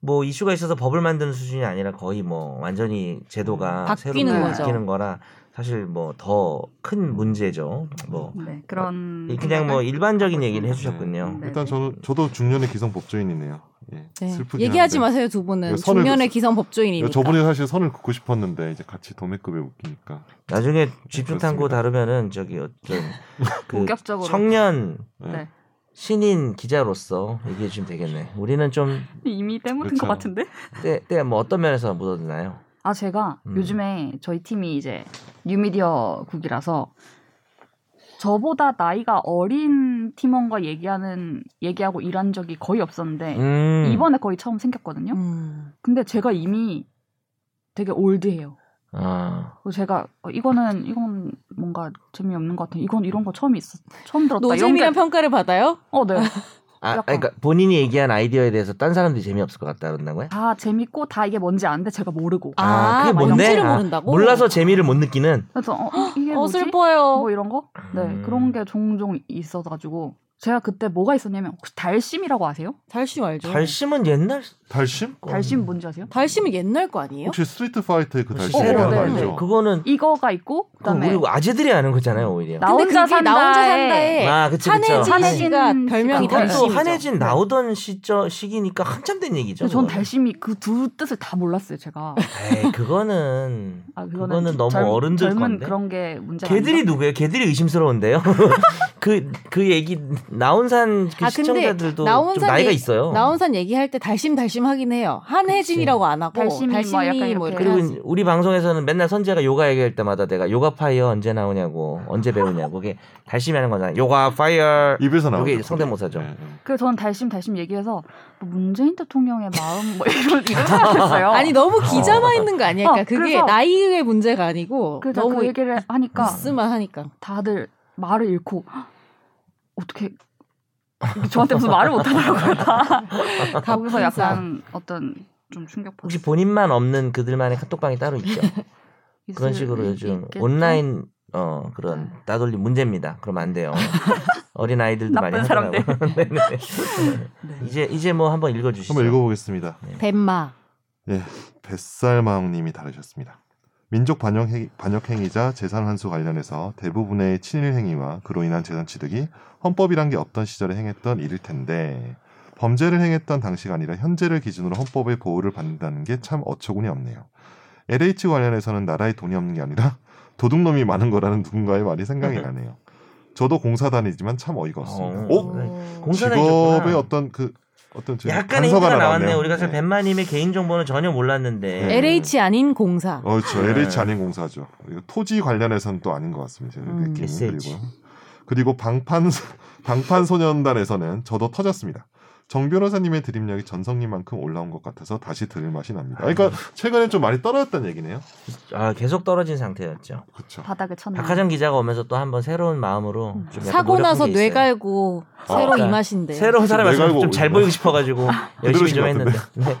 Speaker 2: 뭐 이슈가 있어서 법을 만드는 수준이 아니라 거의 뭐 완전히 제도가
Speaker 3: 바뀌는
Speaker 2: 새롭게
Speaker 1: 음, 거죠.
Speaker 2: 바뀌는 거라 사실 뭐 더 큰 문제죠. 뭐
Speaker 1: 네, 그런
Speaker 2: 그냥 뭐
Speaker 1: 생각을-
Speaker 2: 일반적인 얘기를 해주셨군요.
Speaker 1: 그러니까. 네.
Speaker 4: 일단 저는 저도 중년의 기성 법조인이네요. 예.
Speaker 3: 음. 네.
Speaker 4: 슬프긴
Speaker 3: 얘기하지
Speaker 4: 한데.
Speaker 3: 마세요 두 분은
Speaker 4: 이거 선을
Speaker 3: 중년의
Speaker 4: 긋-
Speaker 3: 기성 법조인이니까.
Speaker 4: 저번에 사실 선을 긋고 싶었는데 이제 같이 도매급에 웃기니까.
Speaker 2: 나중에 집중탐구
Speaker 4: 네, 그렇습니다.
Speaker 2: 다루면은 저기 어떤 그
Speaker 1: 본격적으로
Speaker 2: 청년
Speaker 4: 예.
Speaker 1: 네.
Speaker 2: 신인 기자로서 얘기해 주면 되겠네. 우리는 좀
Speaker 1: 이미 때묻은
Speaker 4: 그렇죠.
Speaker 1: 것 같은데?
Speaker 2: 때 때 뭐 어떤 면에서 묻어드나요?
Speaker 1: 아 제가
Speaker 2: 음.
Speaker 1: 요즘에 저희 팀이 이제 뉴미디어국이라서 저보다 나이가 어린 팀원과 얘기하는 얘기하고 일한 적이 거의 없었는데
Speaker 2: 음.
Speaker 1: 네. 이번에 거의 처음 생겼거든요.
Speaker 3: 음.
Speaker 1: 근데 제가 이미 되게 올드해요.
Speaker 2: 아.
Speaker 1: 그래서 제가 어, 이거는 이건 뭔가 재미없는 것 같아. 이건 이런 거 처음 있어. 처음 들었다.
Speaker 3: 노잼이란
Speaker 1: 연결-
Speaker 3: 평가를 받아요?
Speaker 1: 어, 네.
Speaker 2: 아, 아니, 그러니까 본인이 얘기한 아이디어에 대해서 딴 사람들이 재미없을 것 같다 그런다는 거야?
Speaker 1: 다 재밌고 다 이게 뭔지 아는데 제가 모르고.
Speaker 2: 아, 그게
Speaker 3: 막
Speaker 2: 뭔데?
Speaker 3: 정체를
Speaker 2: 아,
Speaker 3: 모른다고?
Speaker 2: 몰라서 재미를 못 느끼는.
Speaker 1: 그래서 어, 이- 이게
Speaker 3: 어
Speaker 1: 뭐지?
Speaker 3: 슬퍼요.
Speaker 1: 뭐 이런 거? 네
Speaker 2: 음.
Speaker 1: 그런 게 종종 있어가지고 제가 그때 뭐가 있었냐면 혹시 달심이라고 아세요?
Speaker 3: 달심 알죠?
Speaker 2: 달심은 옛날
Speaker 4: 달심?
Speaker 2: 거.
Speaker 1: 달심 뭔지 아세요?
Speaker 3: 달심이 옛날 거 아니에요?
Speaker 4: 혹시 스트리트 파이터의 그
Speaker 2: 혹시
Speaker 4: 달심
Speaker 1: 새로
Speaker 4: 얘기하는 거
Speaker 1: 네, 네.
Speaker 4: 아니죠?
Speaker 2: 그거는
Speaker 1: 이거가 있고
Speaker 2: 그
Speaker 1: 그다음에
Speaker 2: 우리 아재들이 아는 거잖아요 오히려.
Speaker 1: 나 혼자
Speaker 3: 근데 그게 나 혼자
Speaker 1: 산다에
Speaker 3: 산다에
Speaker 2: 아 그치 그쵸.
Speaker 3: 한혜진
Speaker 1: 한혜진
Speaker 3: 씨가
Speaker 1: 씨가
Speaker 3: 별명이
Speaker 1: 그것도
Speaker 2: 그것도
Speaker 3: 달심이죠. 네.
Speaker 2: 한혜진 나오던 시저 시기니까 한참 된 얘기죠.
Speaker 1: 근데 전
Speaker 2: 그거는.
Speaker 1: 달심이 그 두 뜻을 다 몰랐어요 제가.
Speaker 2: 에이 그거는
Speaker 1: 아,
Speaker 2: 그거는 너무 어른들
Speaker 1: 젊은
Speaker 2: 건데.
Speaker 1: 그런 게 문제가
Speaker 2: 걔들이
Speaker 1: 아닌가?
Speaker 2: 누구예요? 걔들이 의심스러운데요. 그 그 얘기 나온산 그
Speaker 3: 아, 근데
Speaker 2: 시청자들도
Speaker 3: 나온산
Speaker 2: 좀 나이가
Speaker 3: 얘기-
Speaker 2: 있어요.
Speaker 3: 나온산 얘기할 때 달심 달심 하긴 해요. 한혜진이라고 안 하고
Speaker 1: 달심이 뭐 약간 이렇게
Speaker 2: 그리고
Speaker 3: 하지.
Speaker 2: 우리 방송에서는 맨날 선재가 요가 얘기할 때마다 내가 요가 파이어 언제 나오냐고 언제 배우냐고 그게 달심이 하는 거잖아. 요가 파이어
Speaker 4: 입에서 나오죠.
Speaker 2: 이게 성대모사죠.
Speaker 4: 네, 네.
Speaker 1: 그래서 저는 달심 달심 얘기해서 뭐 문재인 대통령의 마음 뭐 이런 이런 생각했어요.
Speaker 3: 아니 너무 기자만 있는 거 아니야? 그러니까
Speaker 1: 어,
Speaker 3: 그게
Speaker 1: 그래서-
Speaker 3: 나이의 문제가 아니고
Speaker 1: 그래서
Speaker 3: 너무
Speaker 1: 그 얘기를 하니까
Speaker 3: 쓰만 하니까.
Speaker 1: 다들 말을 잃고 "헉, 어떻게 이게 저한테 무슨 말을 못하더라고요. 다. 거기서 약간 어떤 좀 충격
Speaker 2: 혹시
Speaker 1: 받았어요.
Speaker 2: 본인만 없는 그들만의 카톡방이 따로 있죠. 그런
Speaker 1: 있을
Speaker 2: 식으로
Speaker 1: 일
Speaker 2: 요즘
Speaker 1: 있겠죠? 네.
Speaker 2: 온라인 어 그런 따돌림 문제입니다. 그러면 안 돼요. 어린 아이들도 많이
Speaker 1: 나쁜 사람들.
Speaker 2: 하더라고요. 네네. 이제 이제 뭐 한번 읽어주시죠.
Speaker 4: 한번 읽어보겠습니다.
Speaker 3: 뱀마.
Speaker 4: 뱃살마왕님이 다루셨습니다. 민족 반역 행- 반역 행위자 재산 환수 관련해서 대부분의 친일 행위와 그로 인한 재산 취득이 헌법이란 게 없던 시절에 행했던 일일 텐데 범죄를 행했던 당시가 아니라 현재를 기준으로 헌법의 보호를 받는다는 게 참 어처구니 없네요. LH 관련해서는 나라에 돈이 없는 게 아니라 도둑놈이 많은 거라는 누군가의 말이 생각이 나네요. 저도 공사단이지만 참 어이가 없습니다.
Speaker 2: 어,
Speaker 4: 오,
Speaker 2: 네. 공사단이셨구나.
Speaker 4: 직업의 어떤 그 어떤 저
Speaker 2: 약간의
Speaker 4: 단서가
Speaker 2: 힌트가 나왔네요.
Speaker 4: 나왔네요.
Speaker 2: 우리가 사실
Speaker 4: 네.
Speaker 2: 벤마님의 개인 정보는 전혀 몰랐는데
Speaker 4: 네.
Speaker 3: LH 아닌 공사.
Speaker 4: 어, 그렇죠.
Speaker 2: 네.
Speaker 4: LH 아닌 공사죠. 이거 토지 관련해서는 또 아닌 것 같습니다. 제가
Speaker 3: 음.
Speaker 4: 느낌이.
Speaker 2: SH.
Speaker 4: 그리고 그리고 방판 방판 소년단에서는 저도 터졌습니다. 정 변호사님의 드립력이 전성기만큼 올라온 것 같아서 다시 들을 맛이 납니다. 아,
Speaker 2: 음.
Speaker 4: 그러니까 최근에 좀 많이 떨어졌다는 얘기네요.
Speaker 2: 아, 계속 떨어진 상태였죠.
Speaker 4: 그렇죠.
Speaker 1: 바닥을 쳤나.
Speaker 2: 박하정 기자가 오면서 또 한번 새로운 마음으로 좀 약간
Speaker 3: 음. 사고
Speaker 2: 노력한
Speaker 3: 나서
Speaker 2: 게 있어요.
Speaker 3: 뇌 갈고 새로
Speaker 2: 그러니까
Speaker 3: 임하신데.
Speaker 2: 새로운 사람
Speaker 4: 뇌 갈고
Speaker 2: 말씀 좀잘
Speaker 4: 오구나.
Speaker 2: 보이고 싶어가지고 열심히
Speaker 4: 그대로신
Speaker 2: 좀
Speaker 4: 것
Speaker 2: 했는데. 네.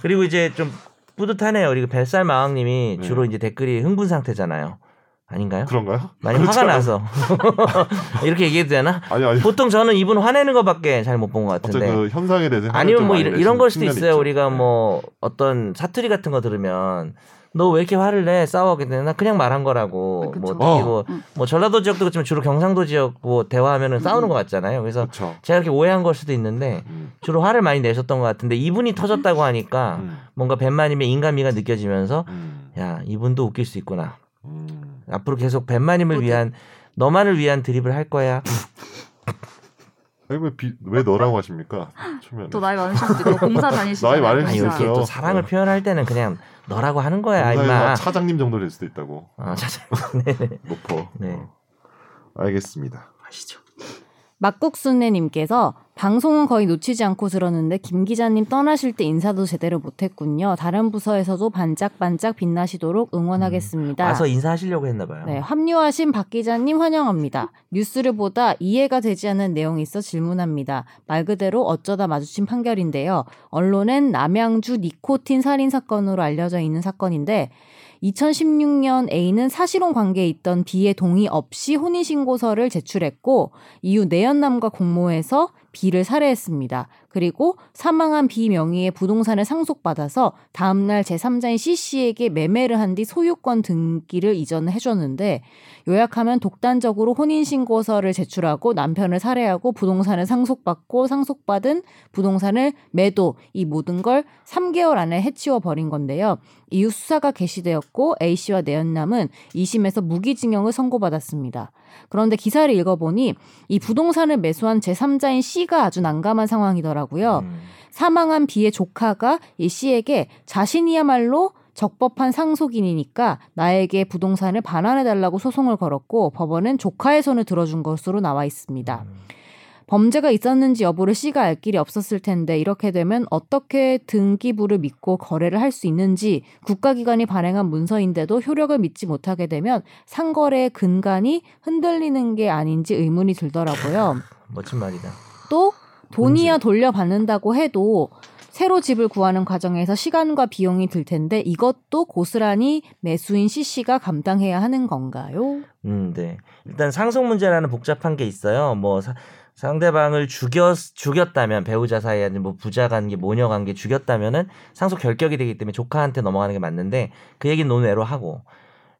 Speaker 2: 그리고 이제 좀 뿌듯하네요. 그리고 뱃살 마왕님이
Speaker 4: 네. 그렇죠.
Speaker 2: 주로 이제 댓글이 흥분 상태잖아요. 아닌가요?
Speaker 4: 그런가요?
Speaker 2: 많이 화가 나서 이렇게 얘기해도 되나?
Speaker 4: 아니 아니.
Speaker 2: 보통 저는 이분 화내는 것밖에 잘 못 본 것
Speaker 4: 어쨌든
Speaker 2: 같은데.
Speaker 4: 그 현상에 대해서
Speaker 2: 아니면 뭐 이런, 이런 걸 수도 있어요. 우리가
Speaker 4: 네.
Speaker 2: 뭐 어떤 사투리 같은 거 들으면 너 왜 이렇게 화를 내? 싸워하게 되나? 그냥 말한 거라고.
Speaker 1: 아, 그쵸. 음.
Speaker 2: 뭐 특히
Speaker 4: 어.
Speaker 2: 뭐,
Speaker 1: 응.
Speaker 2: 뭐 전라도 지역도 그렇지만 주로 경상도 지역 뭐 대화하면은 싸우는
Speaker 1: 음.
Speaker 2: 것 같잖아요. 그래서
Speaker 4: 그렇죠.
Speaker 2: 제가 이렇게 오해한 걸 수도 있는데
Speaker 4: 음,
Speaker 2: 주로 화를 많이 내셨던 것 같은데 이분이 터졌다고 하니까
Speaker 4: 음,
Speaker 2: 뭔가 벤마님의 인간미가 느껴지면서
Speaker 4: 음,
Speaker 2: 야 이분도 웃길 수 있구나.
Speaker 4: 음.
Speaker 2: 앞으로 계속 벤마님을
Speaker 1: 어디?
Speaker 2: 위한 너만을 위한 드립을 할 거야.
Speaker 4: 아니 왜, 비, 왜 너라고 하십니까? 초면에.
Speaker 1: 또 나이 많으실 수도 있고 공사 다니시고
Speaker 4: 나이 많으실
Speaker 2: 아
Speaker 4: 진짜.
Speaker 2: 이렇게 또 사랑을 표현할 때는 그냥 너라고 하는 거야
Speaker 4: 공사에서
Speaker 2: 아, 임마.
Speaker 4: 차장님 정도 될 수도 있다고.
Speaker 2: 아, 찾아.
Speaker 4: 높어.
Speaker 2: 네.
Speaker 4: 어. 알겠습니다.
Speaker 2: 아시죠?
Speaker 3: 막국순애님께서 방송은 거의 놓치지 않고 들었는데 김 기자님 떠나실 때 인사도 제대로 못했군요. 다른 부서에서도 반짝반짝 빛나시도록
Speaker 2: 음,
Speaker 3: 응원하겠습니다.
Speaker 2: 와서 인사하시려고 했나 봐요.
Speaker 3: 네, 합류하신 박 기자님 환영합니다. 뉴스를 보다 이해가 되지 않는 내용이 있어 질문합니다. 말 그대로 어쩌다 마주친 판결인데요. 언론엔 남양주 니코틴 살인 사건으로 알려져 있는 사건인데 2016년 A는 사실혼 관계에 있던 B의 동의 없이 혼인신고서를 제출했고 이후 내연남과 공모해서 B를 살해했습니다. 그리고 사망한 B 명의의 부동산을 상속받아서 다음날 제3자인 C씨에게 매매를 한 뒤 소유권 등기를 이전해줬는데 요약하면 독단적으로 혼인신고서를 제출하고 남편을 살해하고 부동산을 상속받고 상속받은 부동산을 매도 이 모든 걸 3개월 안에 해치워 버린 건데요. 이후 수사가 개시되었고 A씨와 내연남은 2심에서 무기징역을 선고받았습니다. 그런데 기사를 읽어보니 이 부동산을 매수한 제3자인 C가 아주 난감한 상황이더라고요.
Speaker 2: 음.
Speaker 3: 사망한 B의 조카가 이 C에게 자신이야말로 적법한 상속인이니까 나에게 부동산을 반환해달라고 소송을 걸었고 법원은 조카의 손을 들어준 것으로 나와 있습니다.
Speaker 2: 음,
Speaker 3: 범죄가 있었는지 여부를 C가 알 길이 없었을 텐데 이렇게 되면 어떻게 등기부를 믿고 거래를 할 수 있는지 국가기관이 발행한 문서인데도 효력을 믿지 못하게 되면 상거래의 근간이 흔들리는 게 아닌지 의문이 들더라고요.
Speaker 2: 멋진 말이다.
Speaker 3: 또 돈이야 돌려받는다고 해도 새로 집을 구하는 과정에서 시간과 비용이 들 텐데 이것도 고스란히 매수인 C 씨가 감당해야 하는 건가요?
Speaker 2: 음, 네. 일단 상속 문제라는 복잡한 게 있어요. 뭐 사- 상대방을 죽였 죽였다면 배우자 사이에 아니면 뭐 부자 관계, 모녀 관계 죽였다면은 상속 결격이 되기 때문에 조카한테 넘어가는 게 맞는데 그 얘기는 논외로 하고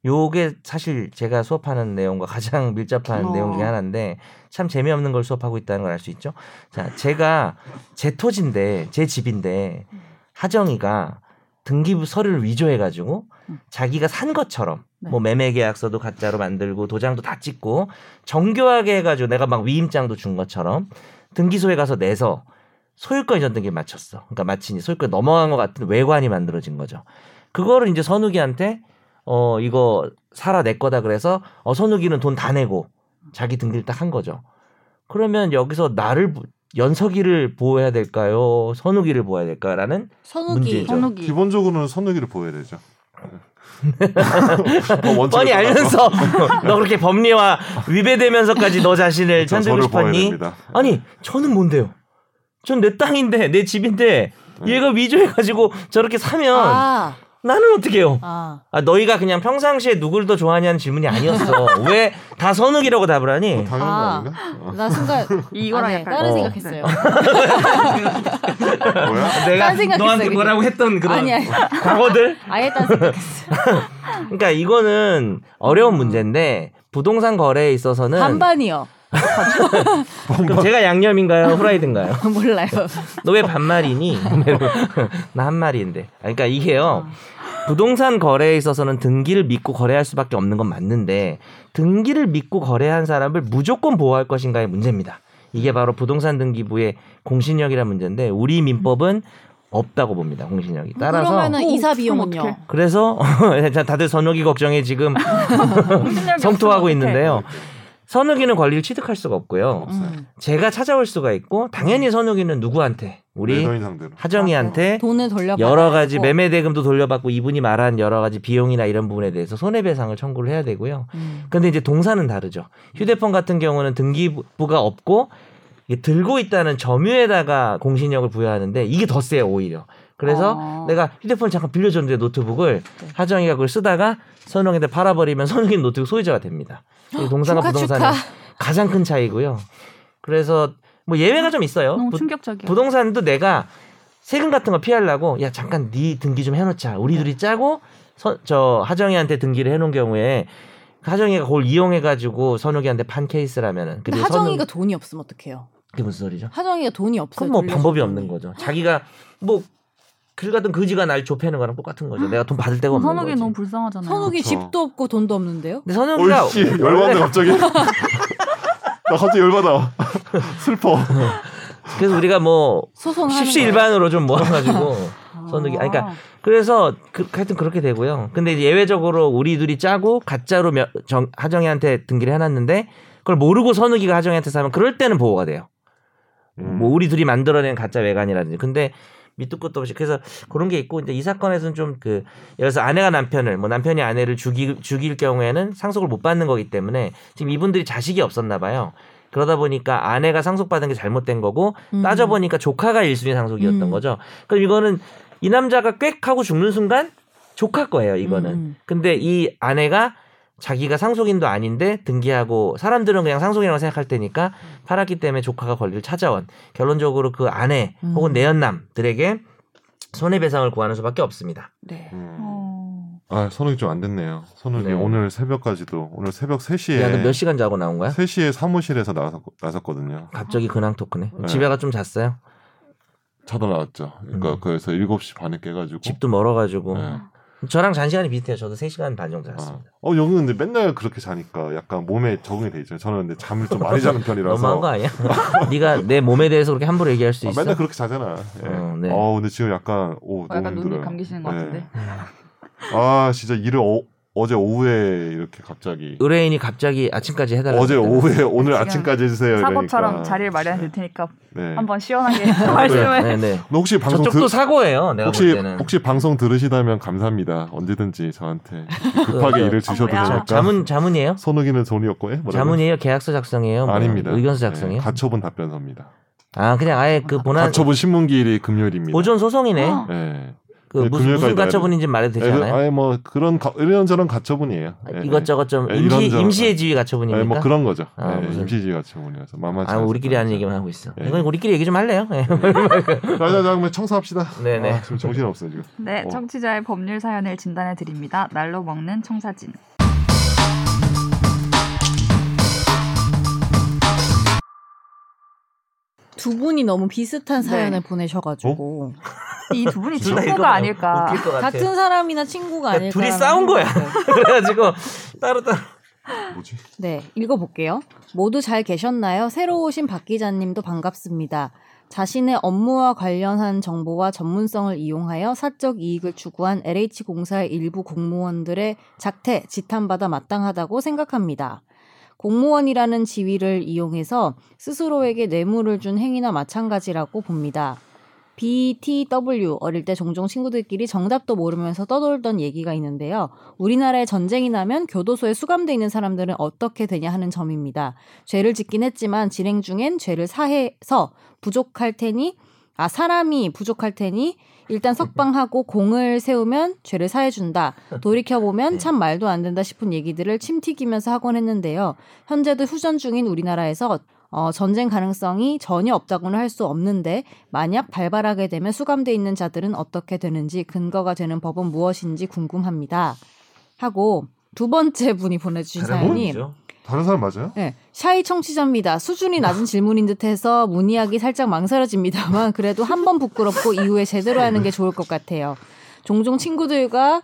Speaker 2: 요게 사실 제가 수업하는 내용과 가장 밀접한
Speaker 1: 어.
Speaker 2: 내용 중에 하나인데 참 재미없는 걸 수업하고 있다는 걸 알 수 있죠. 자, 제가 제 토지인데 제 집인데
Speaker 1: 음.
Speaker 2: 하정이가 등기부 서류를 위조해가지고
Speaker 1: 음.
Speaker 2: 자기가 산 것처럼
Speaker 1: 네.
Speaker 2: 뭐 매매 계약서도 가짜로 만들고 도장도 다 찍고 정교하게 해가지고 내가 막 위임장도 준 것처럼 등기소에 가서 내서 소유권 이전 등기를 마쳤어. 그러니까 마치니 소유권 넘어간 것 같은 외관이 만들어진 거죠. 그거를 이제 선욱이한테 어 이거 사라 내 거다 그래서 어 선욱이는 돈 다 내고 자기 등기를 딱 한 거죠. 그러면 여기서 나를 보- 연석이를 보호해야 될까요? 선욱이를 보호해야 될까라는
Speaker 3: 선욱이
Speaker 2: 문제죠.
Speaker 1: 선욱이
Speaker 4: 기본적으로는 선우기를 보여야 되죠. 어, 원칙을
Speaker 2: 뻔히
Speaker 4: 떠나서
Speaker 2: 알면서 너 그렇게 법리와 위배되면서까지 너 자신을
Speaker 4: 저
Speaker 2: 찾고
Speaker 4: 저를 보여야
Speaker 2: 싶었니?
Speaker 4: 됩니다.
Speaker 2: 아니 저는 뭔데요? 전 내 땅인데 내 집인데
Speaker 4: 네.
Speaker 2: 얘가 위조해가지고 저렇게 사면
Speaker 3: 아,
Speaker 2: 나는 어떻게 해요?
Speaker 3: 아
Speaker 2: 아 너희가 그냥 평상시에 누굴 더 좋아하냐는 질문이 아니었어. 왜 다 선욱이라고 답을 하니?
Speaker 4: 어, 당연한 거 아닌가?
Speaker 3: 나 순간
Speaker 1: 이거랑
Speaker 3: 아, 네,
Speaker 1: 약간
Speaker 3: 다른
Speaker 2: 어.
Speaker 3: 생각했어요.
Speaker 4: 어, 뭐야?
Speaker 2: 내가
Speaker 3: 딴 생각했어요,
Speaker 2: 너한테
Speaker 3: 그냥.
Speaker 2: 뭐라고 했던 그런
Speaker 3: 아니 아니
Speaker 2: 과거들?
Speaker 3: 아예 딴 생각했어요.
Speaker 2: 그러니까 이거는 어려운 문제인데 부동산 거래에 있어서는
Speaker 3: 반반이요.
Speaker 2: 그럼 제가 양념인가요? 후라이드인가요?
Speaker 3: 몰라요.
Speaker 2: 너 왜 반말이니? 나 한말인데. 아, 그러니까 이게요. 부동산 거래에 있어서는 등기를 믿고 거래할 수밖에 없는 건 맞는데 등기를 믿고 거래한 사람을 무조건 보호할 것인가의 문제입니다. 이게 바로 부동산 등기부의 공신력이라는 문제인데 우리 민법은 없다고 봅니다. 공신력이. 따라서
Speaker 3: 그러면은
Speaker 1: 오,
Speaker 3: 이사
Speaker 1: 그럼
Speaker 3: 비용은요? 음.
Speaker 1: 어떡해?
Speaker 2: 그래서 다들 선욱이 걱정에 지금
Speaker 3: 네.
Speaker 2: 성토하고 있는데요. 선욱이는 권리를 취득할 수가 없고요.
Speaker 3: 음.
Speaker 2: 제가 찾아올 수가 있고 당연히 선욱이는 누구한테 우리
Speaker 4: 매도인 네, 상대로.
Speaker 2: 하정이한테
Speaker 3: 네. 돈을 돌려
Speaker 2: 여러
Speaker 3: 어.
Speaker 2: 가지 매매 대금도 돌려받고 이분이 말한 여러 가지 비용이나 이런 부분에 대해서 손해배상을 청구를 해야 되고요.
Speaker 3: 음.
Speaker 2: 근데 이제 동사는 다르죠. 휴대폰 같은 경우는 등기부가 없고 이게 들고 있다는 점유에다가 공신력을 부여하는데 이게 더 세요 오히려. 그래서
Speaker 1: 아.
Speaker 3: 어.
Speaker 2: 내가 휴대폰 잠깐 빌려줬는데 노트북을
Speaker 3: 네.
Speaker 2: 하정이가 그걸 쓰다가 선웅한테 팔아버리면 선웅이 노트북 소유자가 됩니다. 이 동사가
Speaker 3: 축하,
Speaker 2: 부동산의 가장 큰 차이고요. 그래서 뭐 예외가 좀 있어요.
Speaker 1: 너무
Speaker 2: 부-
Speaker 1: 충격적이야.
Speaker 2: 부동산도 내가 세금 같은 거 피하려고 야 잠깐 네 등기 좀 해놓자 우리
Speaker 3: 네.
Speaker 2: 둘이 짜고 서- 저 하정이한테 등기를 해놓은 경우에 하정이가 그걸 이용해가지고 선욱이한테 판 케이스라면은
Speaker 3: 근데 하정이가 돈이 없으면 어떡해요?
Speaker 2: 그게 무슨 소리죠?
Speaker 3: 하정이가 돈이 없어요.
Speaker 2: 그건 뭐
Speaker 3: 돌려줄
Speaker 2: 방법이
Speaker 3: 돈이.
Speaker 2: 없는 거죠. 자기가 뭐 길 같은 그지가 날 좁혀는 거랑 똑같은 거죠. 내가 돈 받을 데가 없는
Speaker 1: 선욱이
Speaker 2: 거지.
Speaker 1: 너무 불쌍하잖아요.
Speaker 3: 선욱이
Speaker 2: 그렇죠.
Speaker 4: 그쵸.
Speaker 3: 집도 없고 돈도 없는데요?
Speaker 2: 근데 선욱이가 뭐-
Speaker 4: 오이씨
Speaker 2: 원래
Speaker 4: 열받네 갑자기. 나 갑자기 열받아. 슬퍼.
Speaker 2: 그래서 우리가 뭐
Speaker 3: 소송하는
Speaker 2: 십시
Speaker 3: 거예요.
Speaker 2: 일반으로 좀 모아가지고 선욱이 아니, 그러니까 그래서 그, 하여튼 그렇게 되고요. 근데 이제 예외적으로 우리 둘이 짜고 가짜로 며- 정- 하정이한테 등기를 해놨는데 그걸 모르고 선욱이가 하정이한테 사면 그럴 때는 보호가 돼요.
Speaker 4: 음.
Speaker 2: 뭐 우리 둘이 만들어낸 가짜 외관이라든지. 근데 밑도 끝도 없이 그래서 그런 게 있고 이제 이 사건에서는 좀 그 예를 들어서 아내가 남편을 뭐 남편이 아내를 죽이, 죽일 경우에는 상속을 못 받는 거기 때문에 지금 이분들이 자식이 없었나 봐요. 그러다 보니까 아내가 상속받은 게 잘못된 거고
Speaker 3: 음.
Speaker 2: 따져보니까 조카가 1순위 상속이었던
Speaker 3: 음.
Speaker 2: 거죠. 그럼 이거는 이 남자가 꽥 하고 죽는 순간 조카 거예요, 이거는.
Speaker 3: 음, 음.
Speaker 2: 근데 이 아내가 자기가 상속인도 아닌데 등기하고 사람들은 그냥 상속이라고 생각할 테니까 팔았기 때문에 조카가 권리를 찾아온 결론적으로 그 아내
Speaker 3: 음.
Speaker 2: 혹은 내연남들에게 손해배상을 구하는 수밖에 없습니다.
Speaker 3: 네.
Speaker 4: 음.
Speaker 1: 어.
Speaker 4: 아 선욱이 좀 안 됐네요. 선욱이
Speaker 2: 네.
Speaker 4: 오늘 새벽까지도 오늘 새벽
Speaker 2: 야, 너
Speaker 4: 3시에
Speaker 2: 몇 시간 자고 나온 거야?
Speaker 4: 3시에 사무실에서 나섰, 나섰거든요.
Speaker 2: 갑자기 근황 토크네.
Speaker 4: 네.
Speaker 2: 집에가 좀 잤어요.
Speaker 4: 자다 나왔죠. 그러니까
Speaker 2: 음.
Speaker 4: 그래서 7시 반에 깨가지고.
Speaker 2: 집도 멀어가지고
Speaker 4: 네.
Speaker 2: 저랑 잔 시간이 비슷해요. 저도 3 시간 반 정도 잤습니다.
Speaker 4: 어, 여기 근데 맨날 그렇게 자니까 약간 몸에 적응이 돼 있죠. 저는 근데 잠을 좀 많이 자는
Speaker 2: 너무한
Speaker 4: 편이라서.
Speaker 2: 거 아니야? 네가 내 몸에 대해서 그렇게 함부로 얘기할 수
Speaker 4: 아,
Speaker 2: 있어?
Speaker 4: 맨날 그렇게 자잖아. 예.
Speaker 2: 어, 네.
Speaker 4: 어, 근데 지금 약간 오
Speaker 1: 어,
Speaker 4: 너무
Speaker 1: 약간
Speaker 4: 힘들어요.
Speaker 1: 눈이 감기시는 것
Speaker 4: 예.
Speaker 1: 같은데.
Speaker 4: 아 진짜 일을 어, 어제 오후에 이렇게 갑자기
Speaker 2: 의뢰인이 갑자기 아침까지 해달라고
Speaker 4: 어제
Speaker 2: 했잖아.
Speaker 4: 오후에 오늘 아침까지 해주세요.
Speaker 1: 사고처럼
Speaker 4: 이러니까.
Speaker 1: 자리를 마련해 드릴 테니까
Speaker 4: 네.
Speaker 1: 한번 시원하게 말씀을.
Speaker 2: 네, 네.
Speaker 4: 너 혹시 방송
Speaker 2: 저쪽도
Speaker 4: 들-
Speaker 2: 사고예요. 내가
Speaker 4: 혹시
Speaker 2: 볼 때는.
Speaker 4: 혹시 방송 들으시다면 감사합니다. 언제든지 저한테 급하게
Speaker 2: 그-
Speaker 4: 일을 주셔도
Speaker 1: 아,
Speaker 4: 되니까.
Speaker 2: 자문 자문이에요?
Speaker 4: 선욱이는 돈이 없고 예? 뭐라고요?
Speaker 2: 자문이에요? 계약서 작성이에요? 뭐
Speaker 4: 아닙니다.
Speaker 2: 의견서
Speaker 4: 예,
Speaker 2: 작성이에요?
Speaker 4: 가처분 답변서입니다.
Speaker 2: 아 그냥 아예 그 본안
Speaker 4: 가처분 신문기일이 금요일입니다.
Speaker 2: 보존 소송이네.
Speaker 1: 어.
Speaker 4: 예.
Speaker 2: 그
Speaker 4: 네,
Speaker 2: 무슨 무슨
Speaker 4: 금요일까지
Speaker 2: 가처분인지 말해도 되지
Speaker 4: 예,
Speaker 2: 않아요? 아,
Speaker 4: 아예 뭐 그런 가, 이런저런 가처분이에요. 예,
Speaker 2: 이것저것 좀
Speaker 4: 예,
Speaker 2: 임시
Speaker 4: 이런저런.
Speaker 2: 임시의 지위
Speaker 4: 예. 예,
Speaker 2: 가처분입니까?
Speaker 4: 뭐 그런 거죠.
Speaker 2: 아,
Speaker 4: 예,
Speaker 2: 무슨-
Speaker 4: 임시지 가처분이어서 만만치
Speaker 2: 아 우리끼리
Speaker 4: 않습니다.
Speaker 2: 하는 얘기만 하고 있어.
Speaker 4: 예.
Speaker 2: 이건 우리끼리 얘기 좀 할래요. 예.
Speaker 4: 그렇죠. 자자 자 그러면 청소합시다.
Speaker 2: 네네.
Speaker 4: 아, 지금 정신 없어 지금.
Speaker 1: 네,
Speaker 4: 어.
Speaker 1: 청취자의 법률 사연을 진단해 드립니다. 날로 먹는 청사진.
Speaker 3: 두 분이 너무 비슷한 사연을 보내셔가지고
Speaker 1: 이 두 분이
Speaker 2: 둘다 이거
Speaker 1: 친구가 아닐까.
Speaker 2: 웃길 것 어? 같아.
Speaker 3: 같은 사람이나 친구가
Speaker 2: 그러니까
Speaker 3: 아닐까
Speaker 2: 둘이 싸운 거야. 그래가지고 따로 따로.
Speaker 4: 뭐지?
Speaker 3: 네, 읽어볼게요. 모두 잘 계셨나요? 새로 오신 박 기자님도 반갑습니다. 자신의 업무와 관련한 정보와 전문성을 이용하여 사적 이익을 추구한 LH공사의 일부 공무원들의 작태, 지탄받아 마땅하다고 생각합니다. 공무원이라는 지위를 이용해서 스스로에게 뇌물을 준 행위나 마찬가지라고 봅니다. BTW 어릴 때 종종 친구들끼리 정답도 모르면서 떠돌던 얘기가 있는데요. 우리나라에 전쟁이 나면 교도소에 수감돼 있는 사람들은 어떻게 되냐 하는 점입니다. 죄를 짓긴 했지만 진행 중엔 죄를 사해서 부족할 테니 아 사람이 부족할 테니 일단 석방하고 공을 세우면 죄를 사해준다. 돌이켜 보면 참 말도 안 된다 싶은 얘기들을 침 튀기면서 하곤 했는데요. 현재도 후전 중인 우리나라에서 어, 전쟁 가능성이 전혀 없다고는 할 수 없는데 만약 발발하게 되면 수감돼 있는 자들은 어떻게 되는지 근거가 되는 법은 무엇인지 궁금합니다. 하고 두 번째 분이 보내주신
Speaker 2: 뭐
Speaker 3: 사연이
Speaker 4: 다른 사람 맞아요?
Speaker 3: 네, 샤이 청취자입니다. 수준이 낮은 질문인 듯해서 문의하기 살짝 망설여집니다만 그래도 한 번 부끄럽고 이후에 제대로 하는 게 좋을 것 같아요. 종종 친구들과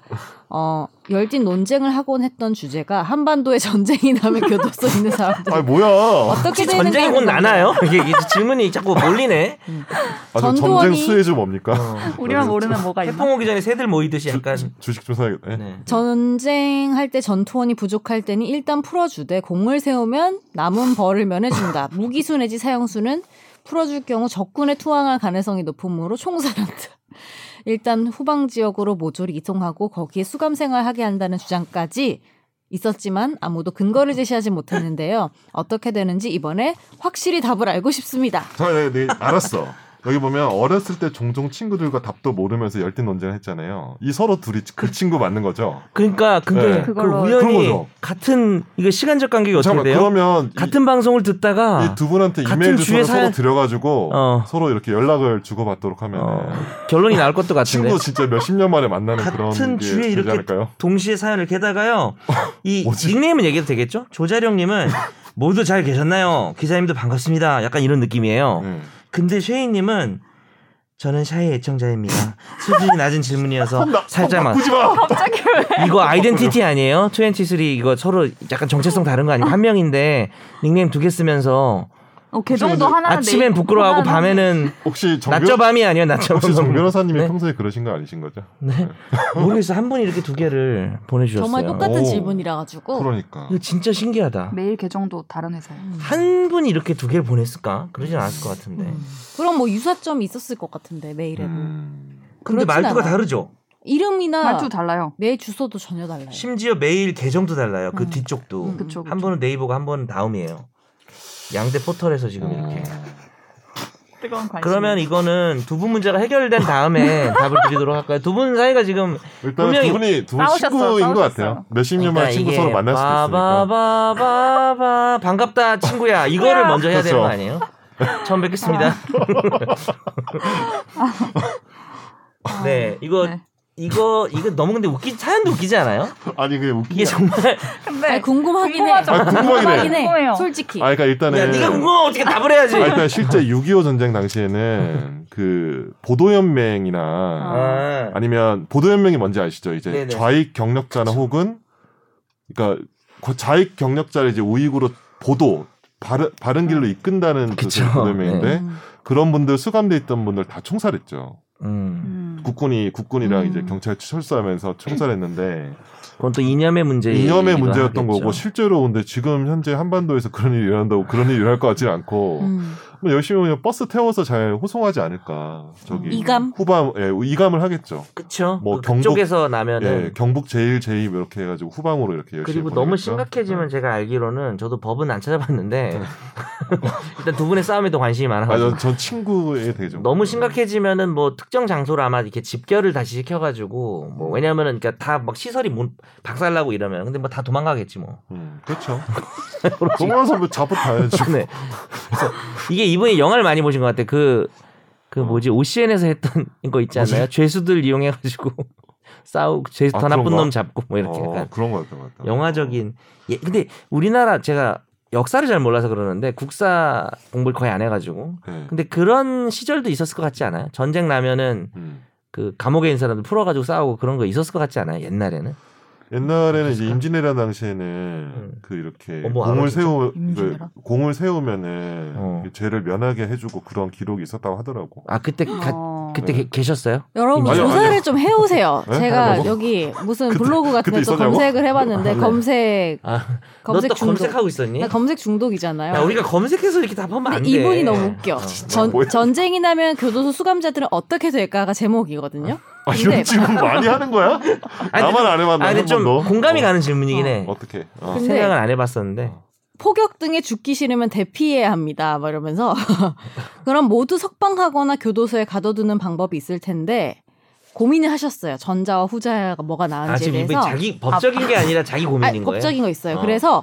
Speaker 3: 어, 열띤 논쟁을 하곤 했던 주제가 한반도에 전쟁이 나면 교도소 있는 사람들
Speaker 4: 아 뭐야?
Speaker 3: 어떻게 그 되는
Speaker 2: 전쟁이 곧 나나요? 이게 이게 질문이 자꾸 몰리네.
Speaker 4: 아, 저 전쟁
Speaker 3: 전두환이-
Speaker 4: 수혜주 뭡니까?
Speaker 2: 어.
Speaker 1: 우리만 모르는 뭐가 있나?
Speaker 2: 태풍 오기 전에 새들 모이듯이 약간.
Speaker 4: 주- 주식 좀 사야겠다. 예.
Speaker 2: 네.
Speaker 3: 전쟁할 때 전투원이 부족할 때는 일단 풀어주되 공을 세우면 남은 벌을 면해준다. 무기수 내지 사형수는 풀어줄 경우 적군에 투항할 가능성이 높으므로 총살한다. 일단 후방 지역으로 모조리 이송하고 거기에 수감 생활하게 한다는 주장까지 있었지만 아무도 근거를 제시하지 못했는데요. 어떻게 되는지 이번에 확실히 답을 알고 싶습니다.
Speaker 4: 자, 네, 네, 알았어. 여기 보면 어렸을 때 종종 친구들과 답도 모르면서 열띤 논쟁을 했잖아요. 이 서로 둘이 그 친구 맞는 거죠.
Speaker 2: 그러니까 근데
Speaker 4: 네.
Speaker 2: 그
Speaker 1: 그걸로-
Speaker 4: 그런
Speaker 2: 우연히
Speaker 4: 거죠.
Speaker 2: 같은 이거 시간적 관계가 어떻게
Speaker 4: 잠깐만
Speaker 2: 돼요?
Speaker 4: 그러면 이-
Speaker 2: 같은 방송을 듣다가
Speaker 4: 이 두 분한테
Speaker 2: 아, 같은
Speaker 4: 이메일
Speaker 2: 주에
Speaker 4: 주소를
Speaker 2: 사야-
Speaker 4: 서로 드려가지고
Speaker 2: 어.
Speaker 4: 서로 이렇게 연락을 주고받도록 하면
Speaker 2: 어, 결론이 나올 것도 같은데.
Speaker 4: 친구 진짜 몇십 년 만에 만나는 그런
Speaker 2: 같은
Speaker 4: 게
Speaker 2: 주에
Speaker 4: 되지
Speaker 2: 이렇게
Speaker 4: 않을까요?
Speaker 2: 동시에 사연을 게다가요. 이
Speaker 4: 뭐지?
Speaker 2: 닉네임은 얘기해도 되겠죠? 조자령님은 모두 잘 계셨나요? 기자님도 반갑습니다. 약간 이런 느낌이에요.
Speaker 4: 네.
Speaker 2: 근데 쉐이님은 저는 샤이 애청자입니다. 수준이 낮은 질문이어서 살짝만
Speaker 4: 꾸지 마.
Speaker 1: 갑자기 왜?
Speaker 2: 이거 아이덴티티 아니에요? 23 이거 서로 약간 정체성 다른 거 아니에요? 한 명인데 닉네임 두 개 쓰면서
Speaker 1: 어, 계정도 하나는
Speaker 2: 아침엔
Speaker 1: 내-
Speaker 2: 부끄러워하고
Speaker 1: 하나는
Speaker 2: 밤에는
Speaker 4: 혹시 정 변-
Speaker 2: 낮저밤이 아니에요? 낮저밤.
Speaker 4: 혹시 정 변호사님이
Speaker 2: 네?
Speaker 4: 평소에 그러신 거 아니신 거죠?
Speaker 2: 네. 모르겠어. 한 분이 이렇게 두 개를 보내주셨어요.
Speaker 3: 정말 똑같은
Speaker 4: 오.
Speaker 3: 질문이라
Speaker 1: 어.
Speaker 3: 가지고
Speaker 4: 그러니까.
Speaker 2: 이거 진짜 신기하다.
Speaker 1: 매일 계정도 다른 회사예요.
Speaker 3: 음.
Speaker 2: 한 분이 이렇게 두 개를 보냈을까? 그러진 않았을 것 같은데.
Speaker 3: 그럼 뭐 유사점이 있었을 것 같은데 메일에도
Speaker 4: 음.
Speaker 2: 근데
Speaker 3: 그렇진
Speaker 2: 말투가
Speaker 3: 않아요.
Speaker 2: 다르죠.
Speaker 3: 이름이나
Speaker 1: 말투 달라요.
Speaker 3: 메일 주소도 전혀 달라요.
Speaker 2: 심지어 메일 계정도 달라요. 그
Speaker 3: 네. 음.
Speaker 2: 뒤쪽도.
Speaker 1: 음, 그쵸, 그쵸.
Speaker 2: 한 분은 네이버고 한 분은 다음이에요. 양대 포털에서 지금
Speaker 4: 음.
Speaker 2: 이렇게.
Speaker 4: 어.
Speaker 1: 뜨거운 관심.
Speaker 2: 그러면 이거는 두 분 문제가 해결된 다음에 답을 드리도록 할까요? 두 분 사이가 지금
Speaker 4: 일단
Speaker 2: 분명히-
Speaker 4: 두 분이 두 분
Speaker 1: 싸우셨어,
Speaker 4: 친구인 것
Speaker 1: 싸우셨어.
Speaker 4: 같아요. 몇십 년 만에 뭐 친구
Speaker 2: 그러니까 이게
Speaker 4: 서로 만날 수도 있으니까.
Speaker 2: 바바바바바 반갑다 친구야 이거를
Speaker 1: 친구야.
Speaker 2: 먼저 해야 되는
Speaker 4: 그렇죠.
Speaker 2: 거 아니에요? 처음 뵙겠습니다.
Speaker 1: 아,
Speaker 2: 네 이거
Speaker 1: 네.
Speaker 2: 이거 이거 너무 근데 웃기 사연도 웃기지 않아요?
Speaker 4: 아니 그게 웃기게.
Speaker 2: 이게 정말
Speaker 4: 네.
Speaker 1: 근데
Speaker 3: 아니, 궁금하긴 해.
Speaker 1: 궁금하죠.
Speaker 4: 아, 궁금하긴
Speaker 1: 해.
Speaker 3: 솔직히.
Speaker 4: 아, 그러니까 일단은
Speaker 2: 야 네가 궁금하면 어떻게 답을 해야지.
Speaker 4: 아, 일단 실제 6.25 전쟁
Speaker 2: 어.
Speaker 4: 당시에는 그 보도연맹이나
Speaker 2: 아.
Speaker 4: 아니면 보도연맹이 뭔지 아시죠? 이제
Speaker 2: 네네.
Speaker 4: 좌익 경력자나 혹은 그러니까 그 좌익 경력자를 이제 우익으로 보도 바른, 바른 길로 이끈다는 그
Speaker 2: 그쵸.
Speaker 4: 보도연맹인데
Speaker 3: 음.
Speaker 4: 그런 분들 수감돼 있던 분들 다 총살했죠.
Speaker 2: 음.
Speaker 1: 음.
Speaker 4: 국군이 국군이랑
Speaker 3: 음.
Speaker 4: 이제 경찰 철수하면서 총살했는데
Speaker 2: 그건 또 이념의 문제.
Speaker 4: 이념의 문제였던 거고 실제로 근데 지금 현재 한반도에서 그런 일이 일어난다고 그런 일이 일어날 것 같지는 않고
Speaker 3: 음.
Speaker 4: 뭐 열심히 오면 버스 태워서 잘 호송하지 않을까. 저기
Speaker 3: 이감?
Speaker 4: 후방 예, 이감을 하겠죠.
Speaker 2: 그쵸.
Speaker 4: 뭐
Speaker 2: 뭐
Speaker 4: 경북-
Speaker 2: 그쪽에서 나면은
Speaker 4: 예, 경북 제일 제일 이렇게 해가지고 후방으로 이렇게 열심히
Speaker 2: 그리고 너무
Speaker 4: 보내겠죠.
Speaker 2: 심각해지면 제가 알기로는 저도 법은 안 찾아봤는데
Speaker 4: 어. 네.
Speaker 2: 일단 두 분의 싸움에도 관심이
Speaker 4: 아,
Speaker 2: 많아가지고
Speaker 4: 전, 전 친구에 대해 좀
Speaker 2: 너무 심각해지면은 뭐 특정 장소로 아마 이렇게 집결을 다시 시켜가지고 뭐
Speaker 4: 음.
Speaker 2: 왜냐면은 그러니까 다 막 시설이 문- 박살나고 이러면 근데 뭐 다 도망가겠지 뭐
Speaker 4: 음, 그렇죠. 동원서 뭐 잡고 다야죠.
Speaker 2: 네. 그래서 이게 이분이 영화를 많이 보신 것 같아. 그, 그
Speaker 4: 어.
Speaker 2: 뭐지, OCN에서 했던 거 있지 않나요? 죄수들 이용해가지고 싸우고, 죄수
Speaker 4: 아,
Speaker 2: 더 나쁜
Speaker 4: 그런가?
Speaker 2: 놈 잡고 뭐 이렇게
Speaker 4: 어,
Speaker 2: 약간
Speaker 4: 그런 거였던 것 같다.
Speaker 2: 영화적인. 예, 근데 우리나라 제가 역사를 잘 몰라서 그러는데 국사 공부를 거의 안 해가지고.
Speaker 4: 네.
Speaker 2: 근데 그런 시절도 있었을 것 같지 않아요? 전쟁 나면은
Speaker 4: 음.
Speaker 2: 그 감옥에 있는 사람들 풀어가지고 싸우고 그런 거 있었을 것 같지 않아요? 옛날에는?
Speaker 4: 옛날에는 이제
Speaker 2: 그랬을까?
Speaker 4: 임진왜란 당시에는
Speaker 2: 음.
Speaker 4: 그 이렇게
Speaker 2: 어, 뭐 알아,
Speaker 4: 공을
Speaker 2: 진짜.
Speaker 4: 세우 그,
Speaker 1: 임진왜란?
Speaker 4: 공을 세우면은
Speaker 2: 어.
Speaker 4: 그 죄를 면하게 해주고 그런 기록이 있었다고 하더라고.
Speaker 2: 아, 그때, 가-
Speaker 1: 어.
Speaker 2: 그때
Speaker 4: 네.
Speaker 2: 게- 계셨어요?
Speaker 3: 여러분
Speaker 2: 아니요,
Speaker 3: 조사를
Speaker 4: 아니요.
Speaker 3: 좀 해오세요.
Speaker 4: 네?
Speaker 3: 제가
Speaker 4: 아, 뭐.
Speaker 3: 여기 무슨 블로그 같은
Speaker 4: 그때
Speaker 3: 데서
Speaker 4: 있었냐고?
Speaker 3: 검색을 해봤는데
Speaker 2: 아, 네.
Speaker 3: 검색
Speaker 2: 아,
Speaker 3: 검색
Speaker 2: 너 또
Speaker 3: 중독.
Speaker 2: 검색하고 있었니?
Speaker 3: 나 검색 중독이잖아요.
Speaker 2: 야, 우리가 검색해서 이렇게 답하면 안
Speaker 3: 근데
Speaker 2: 돼. 어. 아,
Speaker 3: 이분이 너무 웃겨.
Speaker 4: 뭐야?
Speaker 3: 전, 전쟁이 나면 교도소 수감자들은 어떻게 될까가 제목이거든요.
Speaker 4: 아,
Speaker 3: 근데-
Speaker 4: 이런 질문 많이 하는 거야? 나만 안 해봤나?
Speaker 2: 아, 근데
Speaker 4: 한
Speaker 2: 좀
Speaker 4: 번도?
Speaker 2: 공감이
Speaker 4: 뭐, 어.
Speaker 2: 가는 질문이긴
Speaker 3: 어.
Speaker 2: 해.
Speaker 4: 어떻게? 어.
Speaker 3: 근데- 어.
Speaker 2: 생각을 안 해봤었는데.
Speaker 3: 포격 등에 죽기 싫으면 대피해야 합니다. 막 이러면서 그럼 모두 석방하거나 교도소에 가둬두는 방법이 있을 텐데 고민을 하셨어요. 전자와 후자가 뭐가
Speaker 2: 아,
Speaker 3: 나은지에
Speaker 2: 지금 이분이
Speaker 3: 대해서.
Speaker 2: 자기 법적인 게 아니라 자기 고민인
Speaker 3: 아니,
Speaker 2: 거예요.
Speaker 3: 법적인 거 있어요.
Speaker 2: 어.
Speaker 3: 그래서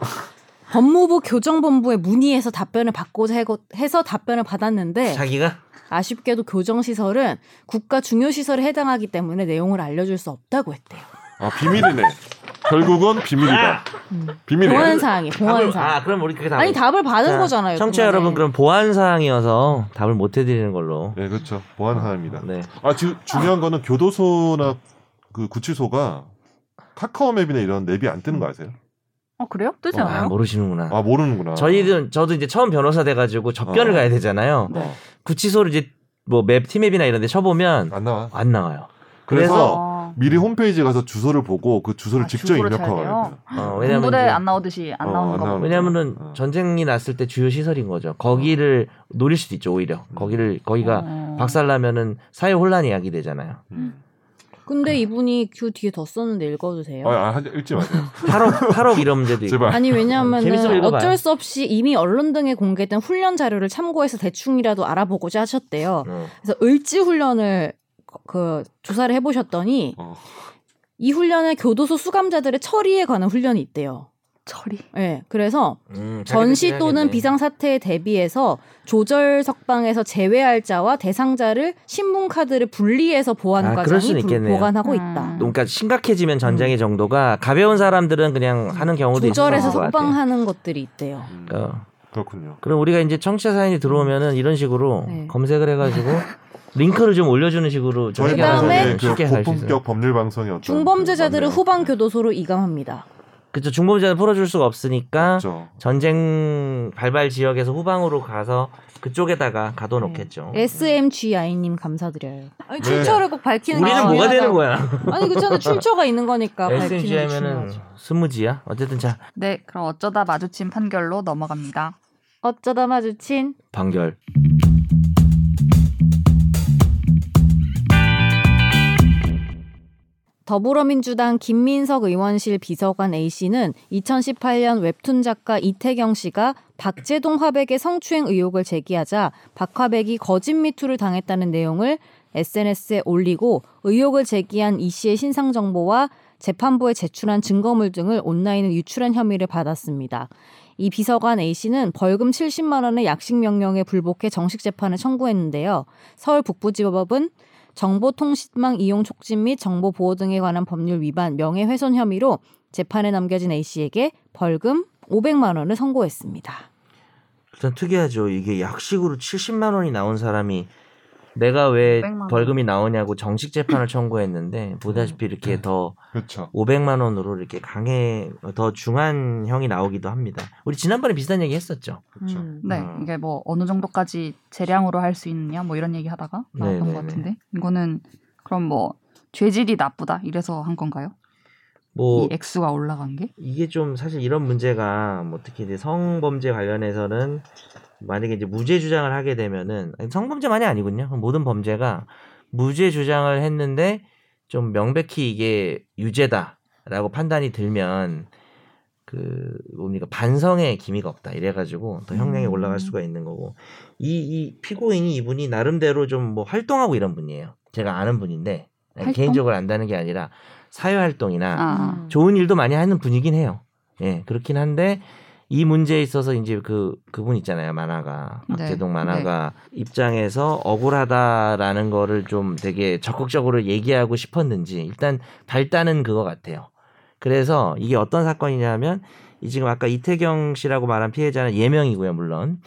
Speaker 3: 법무부 교정본부에 문의해서 답변을 받고자 해고- 해서 답변을 받았는데
Speaker 2: 자기가
Speaker 3: 아쉽게도 교정시설은 국가 중요시설에 해당하기 때문에 내용을 알려줄 수 없다고 했대요.
Speaker 4: 아 비밀이네. 결국은 비밀이다. 비밀이야.
Speaker 3: 보안 사항이 보안
Speaker 2: 답을,
Speaker 3: 사항.
Speaker 2: 아 그럼 우리 그게 답
Speaker 3: 아니 답을 받은 거잖아요.
Speaker 2: 청취자
Speaker 3: 그거는.
Speaker 2: 여러분 그럼 보안 사항이어서 답을 못 해드리는 걸로.
Speaker 4: 네, 그렇죠. 보안 하나입니다.
Speaker 2: 네.
Speaker 4: 아, 지금 중요한 거는 교도소나 그 구치소가 카카오 맵이나 이런 앱이 안 뜨는 거 아세요?
Speaker 1: 어 그래요? 뜨지
Speaker 2: 아
Speaker 1: 않아요?
Speaker 2: 모르시는구나.
Speaker 4: 아 모르는구나.
Speaker 2: 저희는 저도 이제 처음 변호사 돼가지고 접견을
Speaker 4: 어.
Speaker 2: 가야 되잖아요.
Speaker 4: 어,
Speaker 2: 구치소를 이제 뭐 맵 티맵이나 이런데 쳐보면
Speaker 4: 안 나와.
Speaker 2: 안 나와요.
Speaker 4: 그래서
Speaker 2: 그래서
Speaker 1: 어.
Speaker 4: 미리 홈페이지 가서 주소를 보고 그 주소를
Speaker 1: 아,
Speaker 4: 직접
Speaker 1: 주소를 쳐야
Speaker 4: 입력하고 가야
Speaker 1: 돼요?
Speaker 4: 돼요.
Speaker 2: 어, 왜냐면
Speaker 1: 공부대
Speaker 2: 이제-
Speaker 1: 안 나오듯이 안
Speaker 4: 어,
Speaker 1: 나오는
Speaker 4: 안
Speaker 1: 거.
Speaker 4: 나오는
Speaker 1: 보네.
Speaker 2: 왜냐면은
Speaker 4: 어.
Speaker 2: 전쟁이 났을 때 주요 시설인 거죠. 거기를 노릴 수도 있죠 오히려. 거기를 거기가
Speaker 1: 어.
Speaker 2: 박살나면은 사회 혼란이 야기되잖아요.
Speaker 4: 음.
Speaker 3: 근데 이분이 그 뒤에 더 썼는데 읽어도
Speaker 2: 음.
Speaker 3: 돼요?
Speaker 4: 아, 아, 하지- 읽지 마세요.
Speaker 2: 8억 8억 이런 문제도 있고.
Speaker 4: 제발.
Speaker 3: 아니
Speaker 2: 재밌으면
Speaker 3: 왜냐하면
Speaker 2: 읽어봐요.
Speaker 3: 어쩔 수 없이 이미 언론 등에 공개된 훈련 자료를 참고해서 대충이라도 알아보고자 하셨대요.
Speaker 2: 어.
Speaker 3: 그래서 을지 훈련을 거- 그 조사를 해보셨더니
Speaker 4: 어.
Speaker 3: 이 훈련에 교도소 수감자들의 처리에 관한 훈련이 있대요.
Speaker 1: 처리.
Speaker 3: 예, 그래서
Speaker 2: 음, 자기들
Speaker 3: 전시 또는
Speaker 2: 해야겠네.
Speaker 3: 비상 사태에 대비해서 조절 석방에서 제외할 자와 대상자를 신문 카드를 분리해서
Speaker 2: 아, 그럴 수는
Speaker 3: 보안과장이 불-
Speaker 2: 있겠네요.
Speaker 3: 보관하고
Speaker 1: 음.
Speaker 3: 있다.
Speaker 2: 그러니까 심각해지면 전쟁의 정도가 가벼운 사람들은 그냥 하는 경우도
Speaker 3: 음. 조절해서
Speaker 2: 있을 것 같아요.
Speaker 3: 석방하는 것들이 있대요.
Speaker 4: 음,
Speaker 2: 어.
Speaker 4: 그렇군요.
Speaker 2: 그럼 우리가 이제 청취자 사연이 들어오면은 이런 식으로
Speaker 3: 네.
Speaker 2: 검색을 해가지고 링크를 좀 올려주는 식으로 좀
Speaker 4: 저희
Speaker 2: 해결하면
Speaker 3: 그다음에
Speaker 4: 방송에 그
Speaker 2: 쉽게 할수 있어요.
Speaker 4: 고품격 법률 방송이 어떤
Speaker 3: 중범죄자들을
Speaker 4: 그
Speaker 3: 후방
Speaker 4: 맞네요.
Speaker 3: 교도소로 이감합니다.
Speaker 2: 그렇죠. 중범죄는 풀어줄 수가 없으니까
Speaker 4: 그렇죠.
Speaker 2: 전쟁 발발 지역에서 후방으로 가서 그쪽에다가 가둬놓겠죠.
Speaker 3: 네. SMGI님 감사드려요.
Speaker 1: 아니,
Speaker 4: 출처를
Speaker 1: 꼭 밝히는
Speaker 2: 네. 우리는 뭐가 되는 거야?
Speaker 3: 아니 그잖아 출처가 있는 거니까 밝히는
Speaker 2: SNG
Speaker 3: 게
Speaker 2: 하면은
Speaker 3: 중요하죠.
Speaker 2: 스무지야? 어쨌든 자
Speaker 1: 네, 그럼 어쩌다 마주친 판결로 넘어갑니다.
Speaker 3: 어쩌다 마주친
Speaker 2: 판결.
Speaker 3: 더불어민주당 김민석 의원실 비서관 A 씨는 2018년 웹툰 작가 이태경 씨가 박재동 화백의 성추행 의혹을 제기하자 박 화백이 거짓 미투를 당했다는 내용을 SNS에 올리고 의혹을 제기한 이 씨의 신상 정보와 재판부에 제출한 증거물 등을 온라인에 유출한 혐의를 받았습니다. 이 비서관 A 씨는 벌금 70만 원의 약식 명령에 불복해 정식 재판을 청구했는데요. 서울 북부지법은 정보통신망 이용 촉진 및 정보 보호 등에 관한 법률 위반 명예훼손 혐의로 재판에 넘겨진 A 씨에게 벌금 500만 원을 선고했습니다.
Speaker 2: 일단 특이하죠. 이게 약식으로 70만 원이 나온 사람이 내가 왜
Speaker 1: 500만 원.
Speaker 2: 벌금이 나오냐고 정식 재판을 청구했는데 보다시피
Speaker 1: 네.
Speaker 2: 이렇게 더
Speaker 4: 그렇죠.
Speaker 2: 500만 원으로 이렇게 강해 더 중한 형이 나오기도 합니다. 우리 지난번에 비슷한 얘기 했었죠.
Speaker 4: 그렇죠.
Speaker 1: 네,
Speaker 2: 음.
Speaker 1: 이게 뭐 어느 정도까지 재량으로 할 수 있느냐, 뭐 이런 얘기 하다가 나왔던
Speaker 2: 네네네.
Speaker 1: 것 같은데 이거는 그럼 뭐 죄질이 나쁘다 이래서 한 건가요?
Speaker 2: 뭐
Speaker 1: 이 액수가 올라간 게?
Speaker 2: 이게 좀 사실 이런 문제가 뭐 특히 이제 성범죄 관련해서는 만약에 이제 무죄 주장을 하게 되면은 아니, 성범죄만이 아니군요. 모든 범죄가 무죄 주장을 했는데 좀 명백히 이게 유죄다라고 판단이 들면 그 뭡니까 반성의 기미가 없다 이래가지고 더 형량이
Speaker 1: 음.
Speaker 2: 올라갈 수가 있는 거고 이 이 피고인이 이분이 나름대로 좀 뭐 활동하고 이런 분이에요. 제가 아는 분인데
Speaker 1: 활동?
Speaker 2: 개인적으로 안다는 게 아니라 사회 활동이나
Speaker 1: 아,
Speaker 2: 음.
Speaker 3: 음.
Speaker 2: 좋은 일도 많이 하는 분이긴 해요. 예, 그렇긴 한데 이 문제에 있어서 이제 그 그분 있잖아요, 만화가
Speaker 1: 네.
Speaker 2: 박재동 만화가 입장에서 억울하다라는 거를 좀 되게 적극적으로 얘기하고 싶었는지 일단 발단은 그거 같아요. 그래서 이게 어떤 사건이냐면 이 지금 아까 이태경 씨라고 말한 피해자는 예명이고요, 물론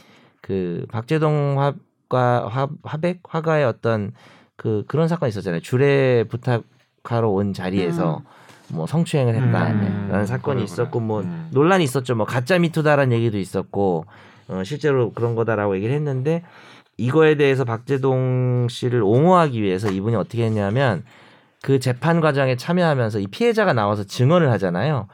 Speaker 2: 그 박재동 화가 화, 화백 화가의 어떤 그 그런 사건 이 있었잖아요. 주례 부탁하러 온 자리에서 뭐 성추행을 했다라는
Speaker 4: 음.
Speaker 2: 사건이
Speaker 4: 그래, 그래.
Speaker 2: 있었고 뭐
Speaker 4: 음.
Speaker 2: 논란이 있었죠. 뭐 가짜 미투다라는 얘기도 있었고 어, 실제로 그런 거다라고 얘기를 했는데 이거에 대해서 박재동 씨를 옹호하기 위해서 이분이 어떻게 했냐면 그 재판 과정에 참여하면서 이 피해자가 나와서 증언을 하잖아요.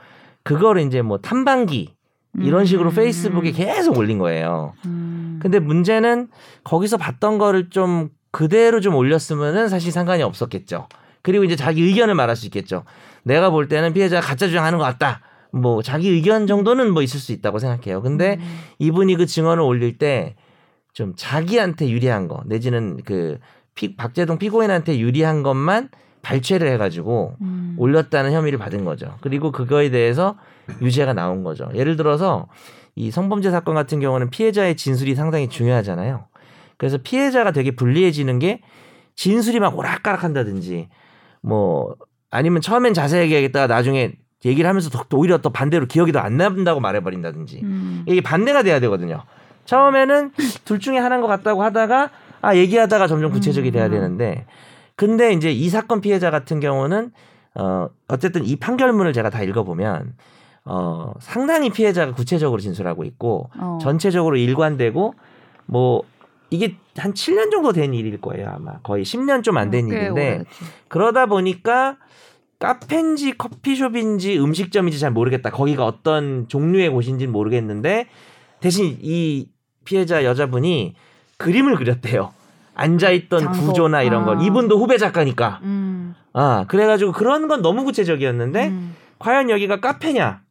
Speaker 2: 그걸 이제 뭐 탐방기 이런 식으로
Speaker 1: 음.
Speaker 2: 페이스북에 계속 올린 거예요.
Speaker 1: 음.
Speaker 2: 근데 문제는 거기서 봤던 거를 좀 그대로 좀 올렸으면은 사실 상관이 없었겠죠. 그리고 이제 자기 의견을 말할 수 있겠죠. 내가 볼 때는 피해자가 가짜 주장하는 것 같다. 뭐 자기 의견 정도는 뭐 있을 수 있다고 생각해요. 근데
Speaker 1: 음.
Speaker 2: 이분이 그 증언을 올릴 때 좀 자기한테 유리한 거 내지는 그 피- 박재동 피고인한테 유리한 것만 발췌를 해가지고
Speaker 1: 음.
Speaker 2: 올렸다는 혐의를 받은 거죠. 그리고 그거에 대해서 유죄가 나온 거죠. 예를 들어서 이 성범죄 사건 같은 경우는 피해자의 진술이 상당히 중요하잖아요. 그래서 피해자가 되게 불리해지는 게 진술이 막 오락가락한다든지 뭐 아니면 처음엔 자세히 얘기하겠다가 나중에 얘기를 하면서 더- 오히려 또 반대로 기억이 더 안 난다고 말해버린다든지
Speaker 1: 음.
Speaker 2: 이게 반대가 돼야 되거든요. 처음에는 둘 중에 하나인 것 같다고 하다가 아 얘기하다가 점점 구체적이 돼야
Speaker 1: 음.
Speaker 2: 되는데 근데 이제 이 사건 피해자 같은 경우는 어 어쨌든 이 판결문을 제가 다 읽어보면 어 상당히 피해자가 구체적으로 진술하고 있고
Speaker 1: 어.
Speaker 2: 전체적으로 일관되고 뭐 이게 한 7년 정도 된 일일 거예요 아마 거의 10년 좀 안 된
Speaker 1: 꽤
Speaker 2: 일인데
Speaker 1: 오래됐죠.
Speaker 2: 그러다 보니까 카페인지 커피숍인지 음식점인지 잘 모르겠다. 거기가 어떤 종류의 곳인지는 모르겠는데 대신 이 피해자 여자분이 그림을 그렸대요. 앉아 있던
Speaker 1: 장소.
Speaker 2: 구조나 이런 걸.
Speaker 3: 아.
Speaker 2: 이분도 후배 작가니까.
Speaker 3: 음.
Speaker 2: 아, 그래 가지고 그런 건 너무
Speaker 1: 네?
Speaker 2: 구체적이었는데
Speaker 3: 음.
Speaker 2: 과연 여기가 카페냐?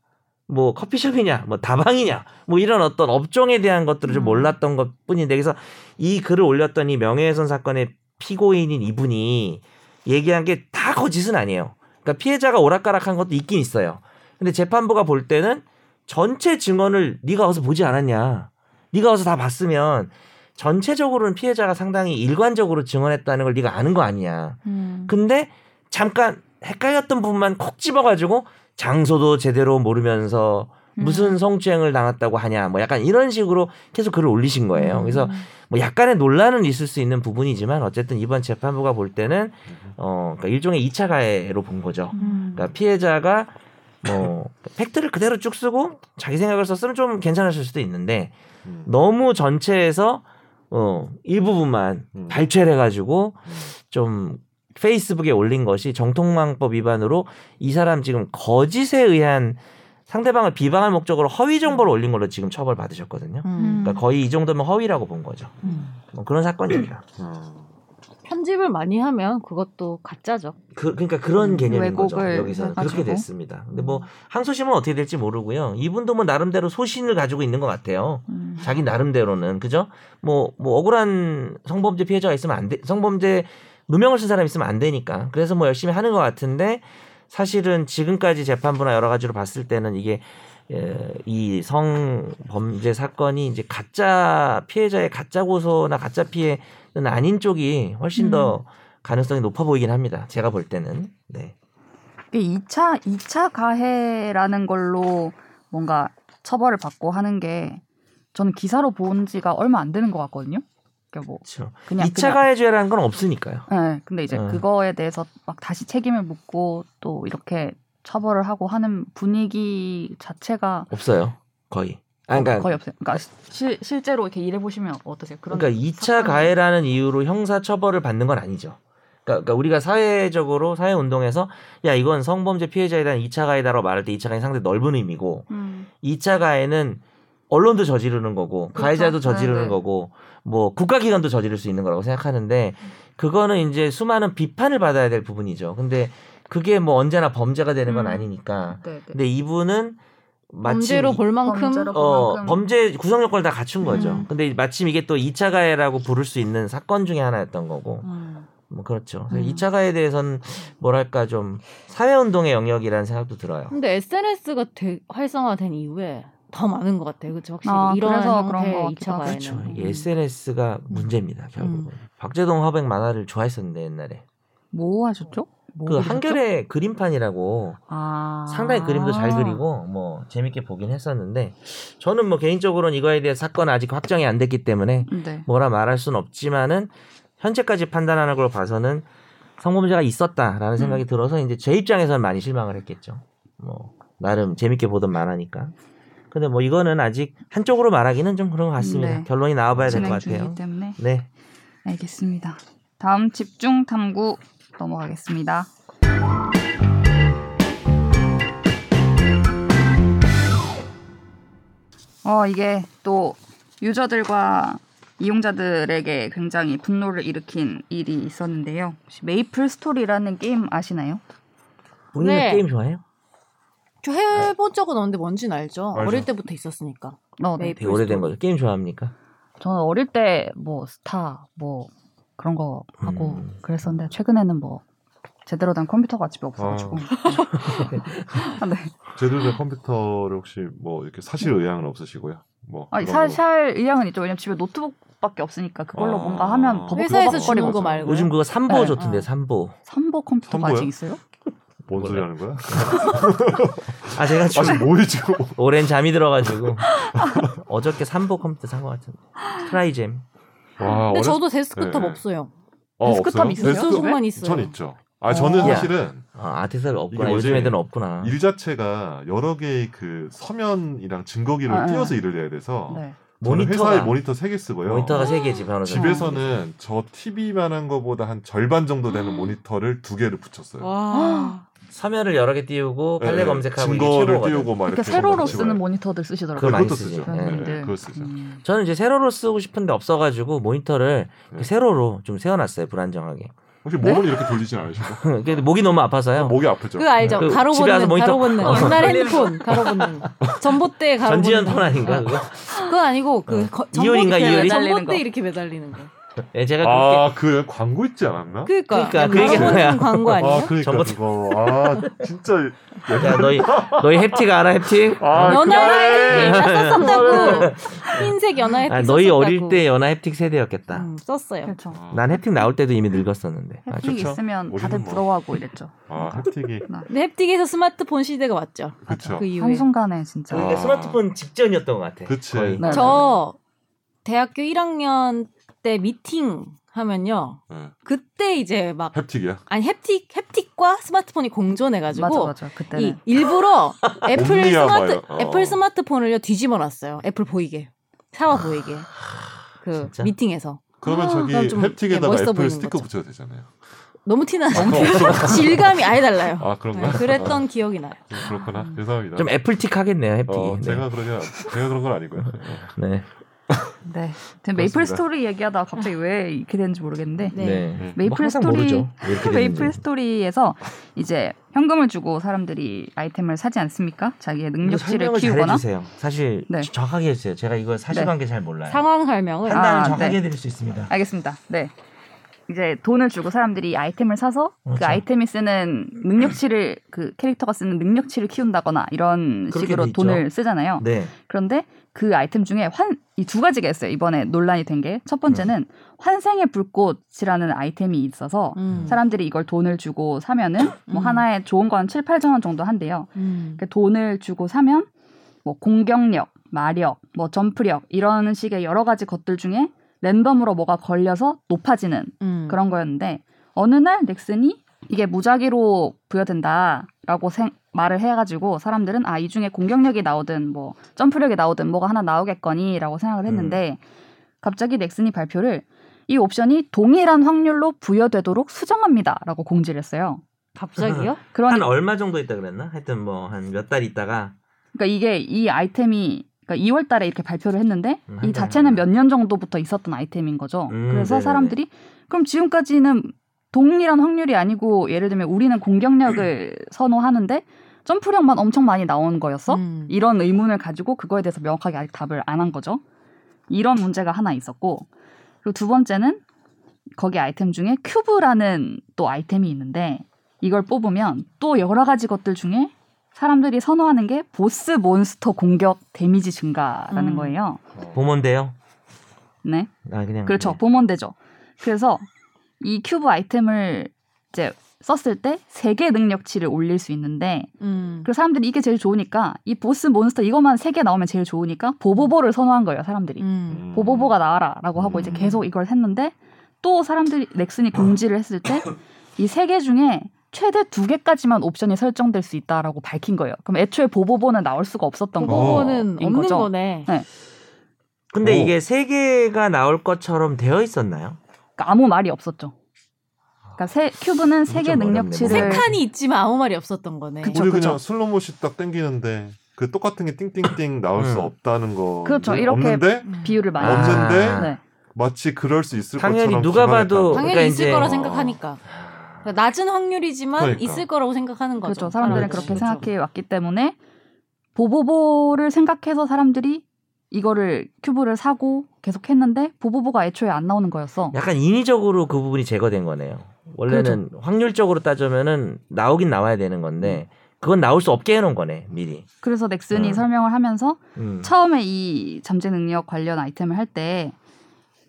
Speaker 2: 뭐 커피숍이냐? 뭐 다방이냐? 뭐 이런 어떤 업종에 대한 것들을 좀
Speaker 1: 음.
Speaker 2: 몰랐던 것뿐인데 그래서 이 글을 올렸던 이 명예훼손 사건의 피고인인 이분이 얘기한 게 다 거짓은 아니에요. 그러니까 피해자가 오락가락한 것도 있긴 있어요. 근데 재판부가 볼 때는 전체 증언을 네가 와서 보지 않았냐? 네가 와서 다 봤으면 전체적으로는 피해자가 상당히 일관적으로 증언했다는 걸 네가 아는 거 아니냐?
Speaker 1: 음.
Speaker 2: 근데 잠깐 헷갈렸던 부분만 콕 집어가지고 장소도 제대로 모르면서
Speaker 1: 음.
Speaker 2: 무슨 성추행을 당했다고 하냐 뭐 약간 이런 식으로 계속 글을 올리신 거예요.
Speaker 1: 음.
Speaker 2: 그래서 뭐 약간의 논란은 있을 수 있는 부분이지만 어쨌든 이번 재판부가 볼 때는 어 그러니까 일종의 이차 가해로 본 거죠.
Speaker 1: 음.
Speaker 2: 그러니까 피해자가 뭐 팩트를 그대로 쭉 쓰고 자기 생각을 썼으면 좀 괜찮았을 수도 있는데
Speaker 4: 음.
Speaker 2: 너무 전체에서 어 일부분만
Speaker 4: 음.
Speaker 2: 발췌를 해가지고
Speaker 1: 음.
Speaker 2: 좀 페이스북에 올린 것이 정통망법 위반으로 이 사람 지금 거짓에 의한 상대방을 비방할 목적으로 허위
Speaker 1: 음.
Speaker 2: 정보를 올린 걸로 지금 처벌 받으셨거든요.
Speaker 3: 음.
Speaker 2: 그러니까 거의 이 정도면 허위라고 본 거죠.
Speaker 3: 음.
Speaker 2: 뭐 그런 사건입니다.
Speaker 4: 음.
Speaker 3: 편집을 많이 하면 그것도 가짜죠.
Speaker 2: 그, 러니까 그런
Speaker 3: 음,
Speaker 2: 개념인 거죠.
Speaker 1: 왜곡을
Speaker 2: 여기서는 그렇게
Speaker 1: 해가지고. 음.
Speaker 2: 됐습니다. 근데 뭐 항소심은 어떻게 될지 모르고요. 이분도 뭐 나름대로 소신을 가지고 있는 것 같아요.
Speaker 1: 음.
Speaker 2: 자기 나름대로는 그죠? 뭐, 뭐 억울한 성범죄 피해자가 있으면 안 돼, 성범죄 누명을 쓴 사람이 있으면 안 되니까. 그래서 뭐 열심히 하는 것 같은데 사실은 지금까지 재판부나 여러 가지로 봤을 때는 이게 예, 이 성범죄 사건이 이제 가짜 피해자의 가짜 고소나 가짜 피해는 아닌 쪽이 훨씬 더 가능성이 높아 보이긴 합니다. 제가 볼 때는 네.
Speaker 1: 이게 2차, 2차 가해라는 걸로 뭔가 처벌을 받고 하는 게 저는 기사로 본 지가 얼마 안 되는 것 같거든요. 그러니까 뭐
Speaker 2: 그렇죠.
Speaker 1: 그냥
Speaker 2: 2차 가해죄라는 건 없으니까요.
Speaker 1: 그냥, 네, 근데 이제
Speaker 2: 어.
Speaker 1: 그거에 대해서 막 다시 책임을 묻고 또 이렇게 처벌을 하고 하는 분위기 자체가
Speaker 2: 없어요. 거의. 아, 그러니까
Speaker 1: 거의 없어요. 그러니까 실, 실제로 이렇게 일해 보시면 어떠세요? 그런
Speaker 2: 그러니까 2차
Speaker 1: 음, 사건이-
Speaker 2: 가해라는 이유로 형사 처벌을 받는 건 아니죠. 그러니까, 그러니까 우리가 사회적으로 사회 운동에서 야 이건 성범죄 피해자에 대한 2차 가해다라고 말할 때 2차 가해 상당히 넓은 의미고
Speaker 1: 음,
Speaker 2: 2차 가해는 언론도 저지르는 거고
Speaker 1: 그렇죠.
Speaker 2: 가해자도 저지르는
Speaker 1: 네, 네.
Speaker 2: 거고 뭐 국가기관도 저지를 수 있는 거라고 생각하는데 그거는 이제 수많은 비판을 받아야 될 부분이죠. 근데 그게 뭐 언제나 범죄가 되는 건
Speaker 1: 음.
Speaker 2: 아니니까.
Speaker 1: 네, 네.
Speaker 2: 근데 이분은 마침
Speaker 3: 범죄로
Speaker 2: 이-
Speaker 3: 볼 만큼
Speaker 1: 범죄로 볼
Speaker 2: 어,
Speaker 1: 만큼.
Speaker 2: 범죄 구성 요건을 다 갖춘 거죠.
Speaker 1: 음.
Speaker 2: 근데 마침 이게 또 2차 가해라고 부를 수 있는 사건 중에 하나였던 거고.
Speaker 3: 음.
Speaker 2: 뭐 그렇죠.
Speaker 3: 음.
Speaker 2: 이 2차 가해에 대해서는 뭐랄까 좀 사회 운동의 영역이라는 생각도 들어요.
Speaker 3: 근데 SNS가 활성화된 이후에 더 많은 것 같아요. 그렇죠. 확실히
Speaker 1: 아,
Speaker 3: 이런
Speaker 1: 그래서 그런 것
Speaker 3: 형태의
Speaker 1: 같기도
Speaker 3: 2차
Speaker 1: 하고.
Speaker 3: 가해는.
Speaker 2: 그렇죠. 이 SNS가 문제입니다. 결국은.
Speaker 3: 음.
Speaker 2: 박재동 화백 만화를 좋아했었는데 옛날에.
Speaker 1: 뭐 하셨죠? 뭐
Speaker 2: 그
Speaker 1: 그리셨죠?
Speaker 2: 한결의 그림판이라고
Speaker 1: 아.
Speaker 2: 상당히 그림도 잘 그리고 뭐 재밌게 보긴 했었는데 저는 뭐 개인적으로는 이거에 대해 사건은 아직 확정이 안 됐기 때문에
Speaker 1: 네.
Speaker 2: 뭐라 말할 순 없지만은 현재까지 판단하는 걸로 봐서는 성범죄가 있었다라는
Speaker 1: 음.
Speaker 2: 생각이 들어서 이제 제 입장에서는 많이 실망을 했겠죠. 뭐 나름 재밌게 보던 만화니까. 근데 뭐 이거는 아직 한쪽으로 말하기는 좀 그런 것 같습니다.
Speaker 1: 네.
Speaker 2: 결론이 나와봐야 될 것
Speaker 1: 진행 중이기
Speaker 2: 같아요.
Speaker 1: 때문에
Speaker 2: 네.
Speaker 1: 알겠습니다. 다음 집중 탐구 넘어가겠습니다. 어, 이게 또 유저들과 이용자들에게 굉장히 분노를 일으킨 일이 있었는데요. 혹시 메이플 스토리라는 게임 아시나요?
Speaker 2: 본인은
Speaker 3: 네.
Speaker 2: 게임 좋아해요?
Speaker 3: 저 해본 적은 없는데 뭔진 알죠.
Speaker 4: 알죠.
Speaker 3: 어릴 때부터 있었으니까.
Speaker 1: 어,
Speaker 3: 메이플
Speaker 2: 네, 되게 오래된 거죠. 게임 좋아합니까?
Speaker 1: 저는 어릴 때 뭐 스타 뭐 그런 거 하고
Speaker 2: 음.
Speaker 1: 그랬었는데 최근에는 뭐 제대로 된 컴퓨터가 집에 없어가지고 아, 네.
Speaker 4: 제대로 된 컴퓨터를 혹시 뭐 이렇게 사실 의향은 없으시고요. 뭐
Speaker 1: 음. 아니,
Speaker 4: 그런
Speaker 1: 살,
Speaker 4: 거-
Speaker 1: 살 의향은 있죠. 왜냐면 집에 노트북밖에 없으니까 그걸로
Speaker 4: 아.
Speaker 1: 뭔가 하면 버벅-
Speaker 3: 회사에서
Speaker 1: 버벅거리고
Speaker 3: 주는 거
Speaker 4: 맞아요.
Speaker 3: 말고.
Speaker 2: 요즘 그거 삼보
Speaker 1: 네.
Speaker 2: 좋던데
Speaker 3: 어.
Speaker 2: 삼보.
Speaker 1: 삼보 컴퓨터가
Speaker 4: 선보여?
Speaker 1: 아직 있어요?
Speaker 4: 뭔 소리 하는 거야?
Speaker 2: 아 제가
Speaker 1: 어,
Speaker 2: 좀
Speaker 4: 아직 뭐이지? 고
Speaker 2: 오랜 잠이 들어가지고 어저께 삼보 컴퓨터 산 것 같은데 트라이잼.
Speaker 4: 와,
Speaker 3: 근데
Speaker 4: 어렸-
Speaker 3: 저도 데스크톱
Speaker 4: 네.
Speaker 3: 없어요.
Speaker 4: 어,
Speaker 1: 데스크탑
Speaker 4: 없어요?
Speaker 1: 있으세요?
Speaker 4: 데스크-
Speaker 1: 요즘에?
Speaker 3: 손만 있어요.
Speaker 4: 전 있죠. 아 저는
Speaker 1: 어.
Speaker 4: 사실은
Speaker 2: 아, 아티스트가 없구나.
Speaker 4: 이게
Speaker 2: 요즘
Speaker 4: 뭐지?
Speaker 2: 애들은 없구나.
Speaker 4: 일 자체가 여러 개의 그 서면이랑 증거기를
Speaker 1: 아,
Speaker 4: 띄워서 일을 해야 돼서
Speaker 1: 네.
Speaker 4: 저는 회사에
Speaker 2: 모니터가
Speaker 4: 모니터 세 개 쓰고요.
Speaker 2: 모니터가 세 개지 변호사.
Speaker 4: 집에서는 저 TV만 한 거보다 한 절반 정도
Speaker 1: 음.
Speaker 4: 되는 모니터를 두 개를 붙였어요.
Speaker 3: 와.
Speaker 2: 서면을 여러 개 띄우고
Speaker 4: 네,
Speaker 2: 판례
Speaker 4: 네.
Speaker 2: 검색하고 이게
Speaker 4: 증거를
Speaker 2: 최고거든.
Speaker 4: 띄우고 막
Speaker 1: 이렇게
Speaker 4: 이렇게
Speaker 1: 세로로
Speaker 4: 막 찍어요.
Speaker 1: 쓰는 모니터들 쓰시더라고요.
Speaker 2: 그거
Speaker 4: 아, 그걸
Speaker 2: 많이
Speaker 4: 그것도
Speaker 2: 쓰죠.
Speaker 4: 쓰죠.
Speaker 2: 네,
Speaker 4: 네,
Speaker 1: 네.
Speaker 4: 그거 쓰죠.
Speaker 1: 음.
Speaker 2: 저는 이제 세로로 쓰고 싶은데 없어가지고 모니터를 그
Speaker 4: 네.
Speaker 2: 세로로 좀 세워놨어요 불안정하게.
Speaker 4: 혹시 몸을 이렇게 돌리진 않으신가요?
Speaker 2: 근데 목이 너무 아파서요.
Speaker 4: 목이 아프죠.
Speaker 3: 그 알죠.
Speaker 2: 그
Speaker 3: 가로
Speaker 2: 집에 와서
Speaker 3: 보는
Speaker 2: 모니터-
Speaker 3: 가로 보는
Speaker 2: 어.
Speaker 3: 옛날 핸드폰 가로 보는 전봇대 가로
Speaker 2: 전지현
Speaker 3: 보는
Speaker 2: 폰 아닌가 그거?
Speaker 3: 그건 아니고 그
Speaker 2: 어.
Speaker 3: 거-
Speaker 2: 이효인가,
Speaker 3: 전봇대
Speaker 2: 이효인?
Speaker 1: 매달리는 거.
Speaker 3: 전봇대 이렇게 매달리는 거.
Speaker 2: 예, 제가 그렇게
Speaker 4: 아, 그 광고 있지 않았나?
Speaker 3: 그러니까
Speaker 2: 그러니까,
Speaker 3: 가로
Speaker 2: 그 얘기는
Speaker 3: 보는
Speaker 2: 뭐야.
Speaker 3: 광고
Speaker 4: 아,
Speaker 3: 아니에요?
Speaker 4: 그러니까
Speaker 2: 전봇대.
Speaker 4: 그거. 아, 진짜.
Speaker 2: 야 너희 너희 햅티가 알아 햅티?
Speaker 4: 아,
Speaker 3: 연하의
Speaker 4: 그만해.
Speaker 3: 나 네, 썼었다고 흰색 연하의
Speaker 2: 아, 너희 어릴 때 연하 햅틱 세대였겠다.
Speaker 3: 음, 썼어요.
Speaker 1: 그렇죠.
Speaker 4: 아,
Speaker 2: 난 햅틱 나올 때도 이미 늙었었는데. 아,
Speaker 1: 햇빛
Speaker 2: 좋죠.
Speaker 1: 있으면
Speaker 4: 우리는
Speaker 1: 다들
Speaker 4: 뭐.
Speaker 1: 부러워하고 이랬죠.
Speaker 4: 아, 핫틱이.
Speaker 3: 근데 햅틱에서 스마트폰 시대가 왔죠.
Speaker 4: 그쵸.
Speaker 3: 그 이후에
Speaker 1: 한순간에 진짜.
Speaker 4: 아.
Speaker 2: 그러니까 스마트폰 직전이었던 것 같아.
Speaker 4: 그치.
Speaker 2: 거의.
Speaker 1: 네.
Speaker 3: 저 대학교 1학년 때 미팅 하면요.
Speaker 4: 네.
Speaker 3: 그때 이제 막
Speaker 4: 햅틱이야.
Speaker 3: 아니 햅틱 햅틱과 스마트폰이 공존해가지고
Speaker 1: 맞아 맞아.
Speaker 3: 이
Speaker 1: 그때는
Speaker 3: 일부러 애플
Speaker 4: 옴니아
Speaker 3: 스마트
Speaker 4: 봐요. 어. 아,
Speaker 3: 애플 스마트폰을요 뒤집어놨어요. 애플 보이게 사와 보이게 그
Speaker 2: 진짜?
Speaker 3: 미팅에서
Speaker 4: 그러면
Speaker 3: 아,
Speaker 4: 저기
Speaker 3: 그럼 좀 이게
Speaker 4: 햅틱에다가
Speaker 3: 멋있어
Speaker 4: 애플
Speaker 3: 보이는
Speaker 4: 스티커
Speaker 3: 거죠.
Speaker 4: 붙여도 되잖아요.
Speaker 3: 너무 티나죠.
Speaker 4: 그거 없어.
Speaker 3: 질감이 아예 달라요.
Speaker 4: 아, 그런가?
Speaker 3: 네, 음. 그랬던 기억이 나요.
Speaker 4: 아, 좀 그렇구나. 죄송합니다.
Speaker 2: 좀 애플틱 하겠네요 햅틱이.
Speaker 4: 어,
Speaker 2: 네.
Speaker 4: 제가 그러냐, 제가 그런 건 아니고요.
Speaker 3: 음.
Speaker 2: 네.
Speaker 1: 네. 지금 메이플
Speaker 4: 그렇습니다.
Speaker 1: 스토리 얘기하다가 갑자기 왜 이렇게 되는지 모르겠는데
Speaker 3: 네.
Speaker 4: 네.
Speaker 1: 메이플
Speaker 2: 뭐 항상
Speaker 1: 스토리- 그
Speaker 2: 모르죠. 왜 이렇게
Speaker 1: 메이플
Speaker 2: 됐는지.
Speaker 1: 스토리에서 이제 현금을 주고 사람들이 아이템을 사지 않습니까? 자기의
Speaker 2: 이거
Speaker 1: 능력치를
Speaker 2: 설명을 잘
Speaker 1: 키우거나
Speaker 2: 해주세요. 사실
Speaker 1: 네.
Speaker 2: 정확하게 해주세요. 제가 이걸 사실관계 잘 몰라요.
Speaker 3: 상황 설명을
Speaker 2: 판단을
Speaker 1: 아,
Speaker 2: 정확하게
Speaker 1: 네.
Speaker 2: 해드릴 수 있습니다.
Speaker 1: 알겠습니다. 네. 이제 돈을 주고 사람들이 아이템을 사서 그
Speaker 2: 그렇죠.
Speaker 1: 아이템이 쓰는 능력치를 그 캐릭터가 쓰는 능력치를 키운다거나 이런
Speaker 2: 그렇게
Speaker 1: 식으로
Speaker 2: 돼 있죠.
Speaker 1: 돈을 쓰잖아요.
Speaker 2: 네.
Speaker 1: 그런데 그 아이템 중에 환 이 두 가지가 있어요. 이번에 논란이 된 게 첫 번째는
Speaker 2: 음.
Speaker 1: 환생의 불꽃이라는 아이템이 있어서
Speaker 3: 음.
Speaker 1: 사람들이 이걸 돈을 주고 사면은 뭐
Speaker 3: 음.
Speaker 1: 하나에 좋은 건 7, 8천 원 정도 한대요.
Speaker 3: 음.
Speaker 1: 그 돈을 주고 사면 뭐 공격력, 마력, 뭐 점프력 이런 식의 여러 가지 것들 중에 랜덤으로 뭐가 걸려서 높아지는
Speaker 3: 음.
Speaker 1: 그런 거였는데 어느 날 넥슨이 이게 무작위로 부여된다라고 생- 말을 해가지고 사람들은 아 이 중에 공격력이 나오든 뭐 점프력이 나오든 뭐가 하나 나오겠거니라고 생각을
Speaker 3: 음.
Speaker 1: 했는데 갑자기 넥슨이 발표를 이 옵션이 동일한 확률로 부여되도록 수정합니다라고 공지를 했어요. 그러니까
Speaker 3: 갑자기요?
Speaker 1: 그러니
Speaker 2: 한 얼마 정도 있다 그랬나? 하여튼 뭐 한 몇 달 있다가
Speaker 1: 그러니까 이게 이 아이템이 그러니까 2월 달에 이렇게 발표를 했는데
Speaker 2: 음, 한
Speaker 1: 이
Speaker 2: 달
Speaker 1: 자체는
Speaker 2: 전에.
Speaker 1: 몇 년 정도부터 있었던 아이템인 거죠.
Speaker 2: 음,
Speaker 1: 그래서
Speaker 2: 네네네.
Speaker 1: 사람들이 그럼 지금까지는 동일한 확률이 아니고 예를 들면 우리는 공격력을 선호하는데 점프력만 엄청 많이 나온 거였어?
Speaker 3: 음.
Speaker 1: 이런 의문을 가지고 그거에 대해서 명확하게 아직 답을 안 한 거죠. 이런 문제가 하나 있었고 그리고 두 번째는 거기 아이템 중에 큐브라는 또 아이템이 있는데 이걸 뽑으면 또 여러 가지 것들 중에 사람들이 선호하는 게 보스 몬스터 공격 데미지 증가라는
Speaker 3: 음.
Speaker 1: 거예요.
Speaker 2: 보몬데요.
Speaker 1: 네.
Speaker 2: 아 그냥
Speaker 1: 그렇죠.
Speaker 2: 네.
Speaker 1: 보몬대죠. 그래서 이 큐브 아이템을 이제 썼을 때 세개 능력치를 올릴 수 있는데
Speaker 3: 음.
Speaker 1: 그 사람들이 이게 제일 좋으니까 이 보스 몬스터 이것만 세 개 나오면 제일 좋으니까 보보보를 선호한 거예요, 사람들이.
Speaker 3: 음.
Speaker 1: 보보보가 나와라라고 하고 이제
Speaker 4: 음.
Speaker 1: 계속 이걸 했는데 또 사람들이 넥슨이 공지를 했을 때 이 세 개 중에 최대 두 개까지만 옵션이 설정될 수 있다라고 밝힌 거예요. 그럼 애초에 보보보는 나올 수가 없었던 거. 음.
Speaker 3: 보보는
Speaker 1: 어, 인
Speaker 3: 없는
Speaker 1: 거죠.
Speaker 3: 거네
Speaker 2: 근데
Speaker 4: 오.
Speaker 2: 이게 세 개가 나올 것처럼 되어 있었나요?
Speaker 1: 그러니까 아무 말이 없었죠. 그러니까 세, 큐브는 세 개
Speaker 2: 좀 어렵네.
Speaker 1: 능력치를
Speaker 3: 세 칸이 있지만 아무 말이 없었던 거네.
Speaker 1: 그쵸.
Speaker 4: 우리 그냥 슬로모시 딱 땡기는데 그 똑같은 게 띵띵띵 나올 수
Speaker 2: 음.
Speaker 4: 없다는 거
Speaker 1: 그렇죠.
Speaker 4: 이제
Speaker 1: 이렇게
Speaker 4: 없는데
Speaker 3: 음.
Speaker 1: 비율을 많이
Speaker 4: 아. 언젠데?
Speaker 1: 네.
Speaker 4: 마치 그럴 수 있을
Speaker 2: 당연히
Speaker 4: 것처럼
Speaker 2: 누가 봐도
Speaker 4: 기만했다.
Speaker 3: 당연히
Speaker 2: 그러니까
Speaker 3: 있을
Speaker 2: 이제-
Speaker 3: 거라 생각하니까. 그러니까 낮은 확률이지만
Speaker 4: 그러니까.
Speaker 3: 있을 거라고 생각하는 거죠.
Speaker 1: 그렇죠. 사람들은
Speaker 2: 그렇죠.
Speaker 1: 그렇게
Speaker 3: 그렇죠.
Speaker 1: 생각해 왔기 때문에 보보보를 생각해서 사람들이 이거를 큐브를 사고 계속 했는데 보보보가 애초에 안 나오는 거였어.
Speaker 2: 약간 인위적으로 그 부분이 제거된 거네요. 원래는
Speaker 1: 그렇죠.
Speaker 2: 확률적으로 따지면은 나오긴 나와야 되는
Speaker 1: 음.
Speaker 2: 건데 그건 나올 수 없게 해놓은 거네 미리.
Speaker 1: 그래서 넥슨이
Speaker 2: 음.
Speaker 1: 설명을 하면서
Speaker 2: 음.
Speaker 1: 처음에 이 잠재 능력 관련 아이템을 할 때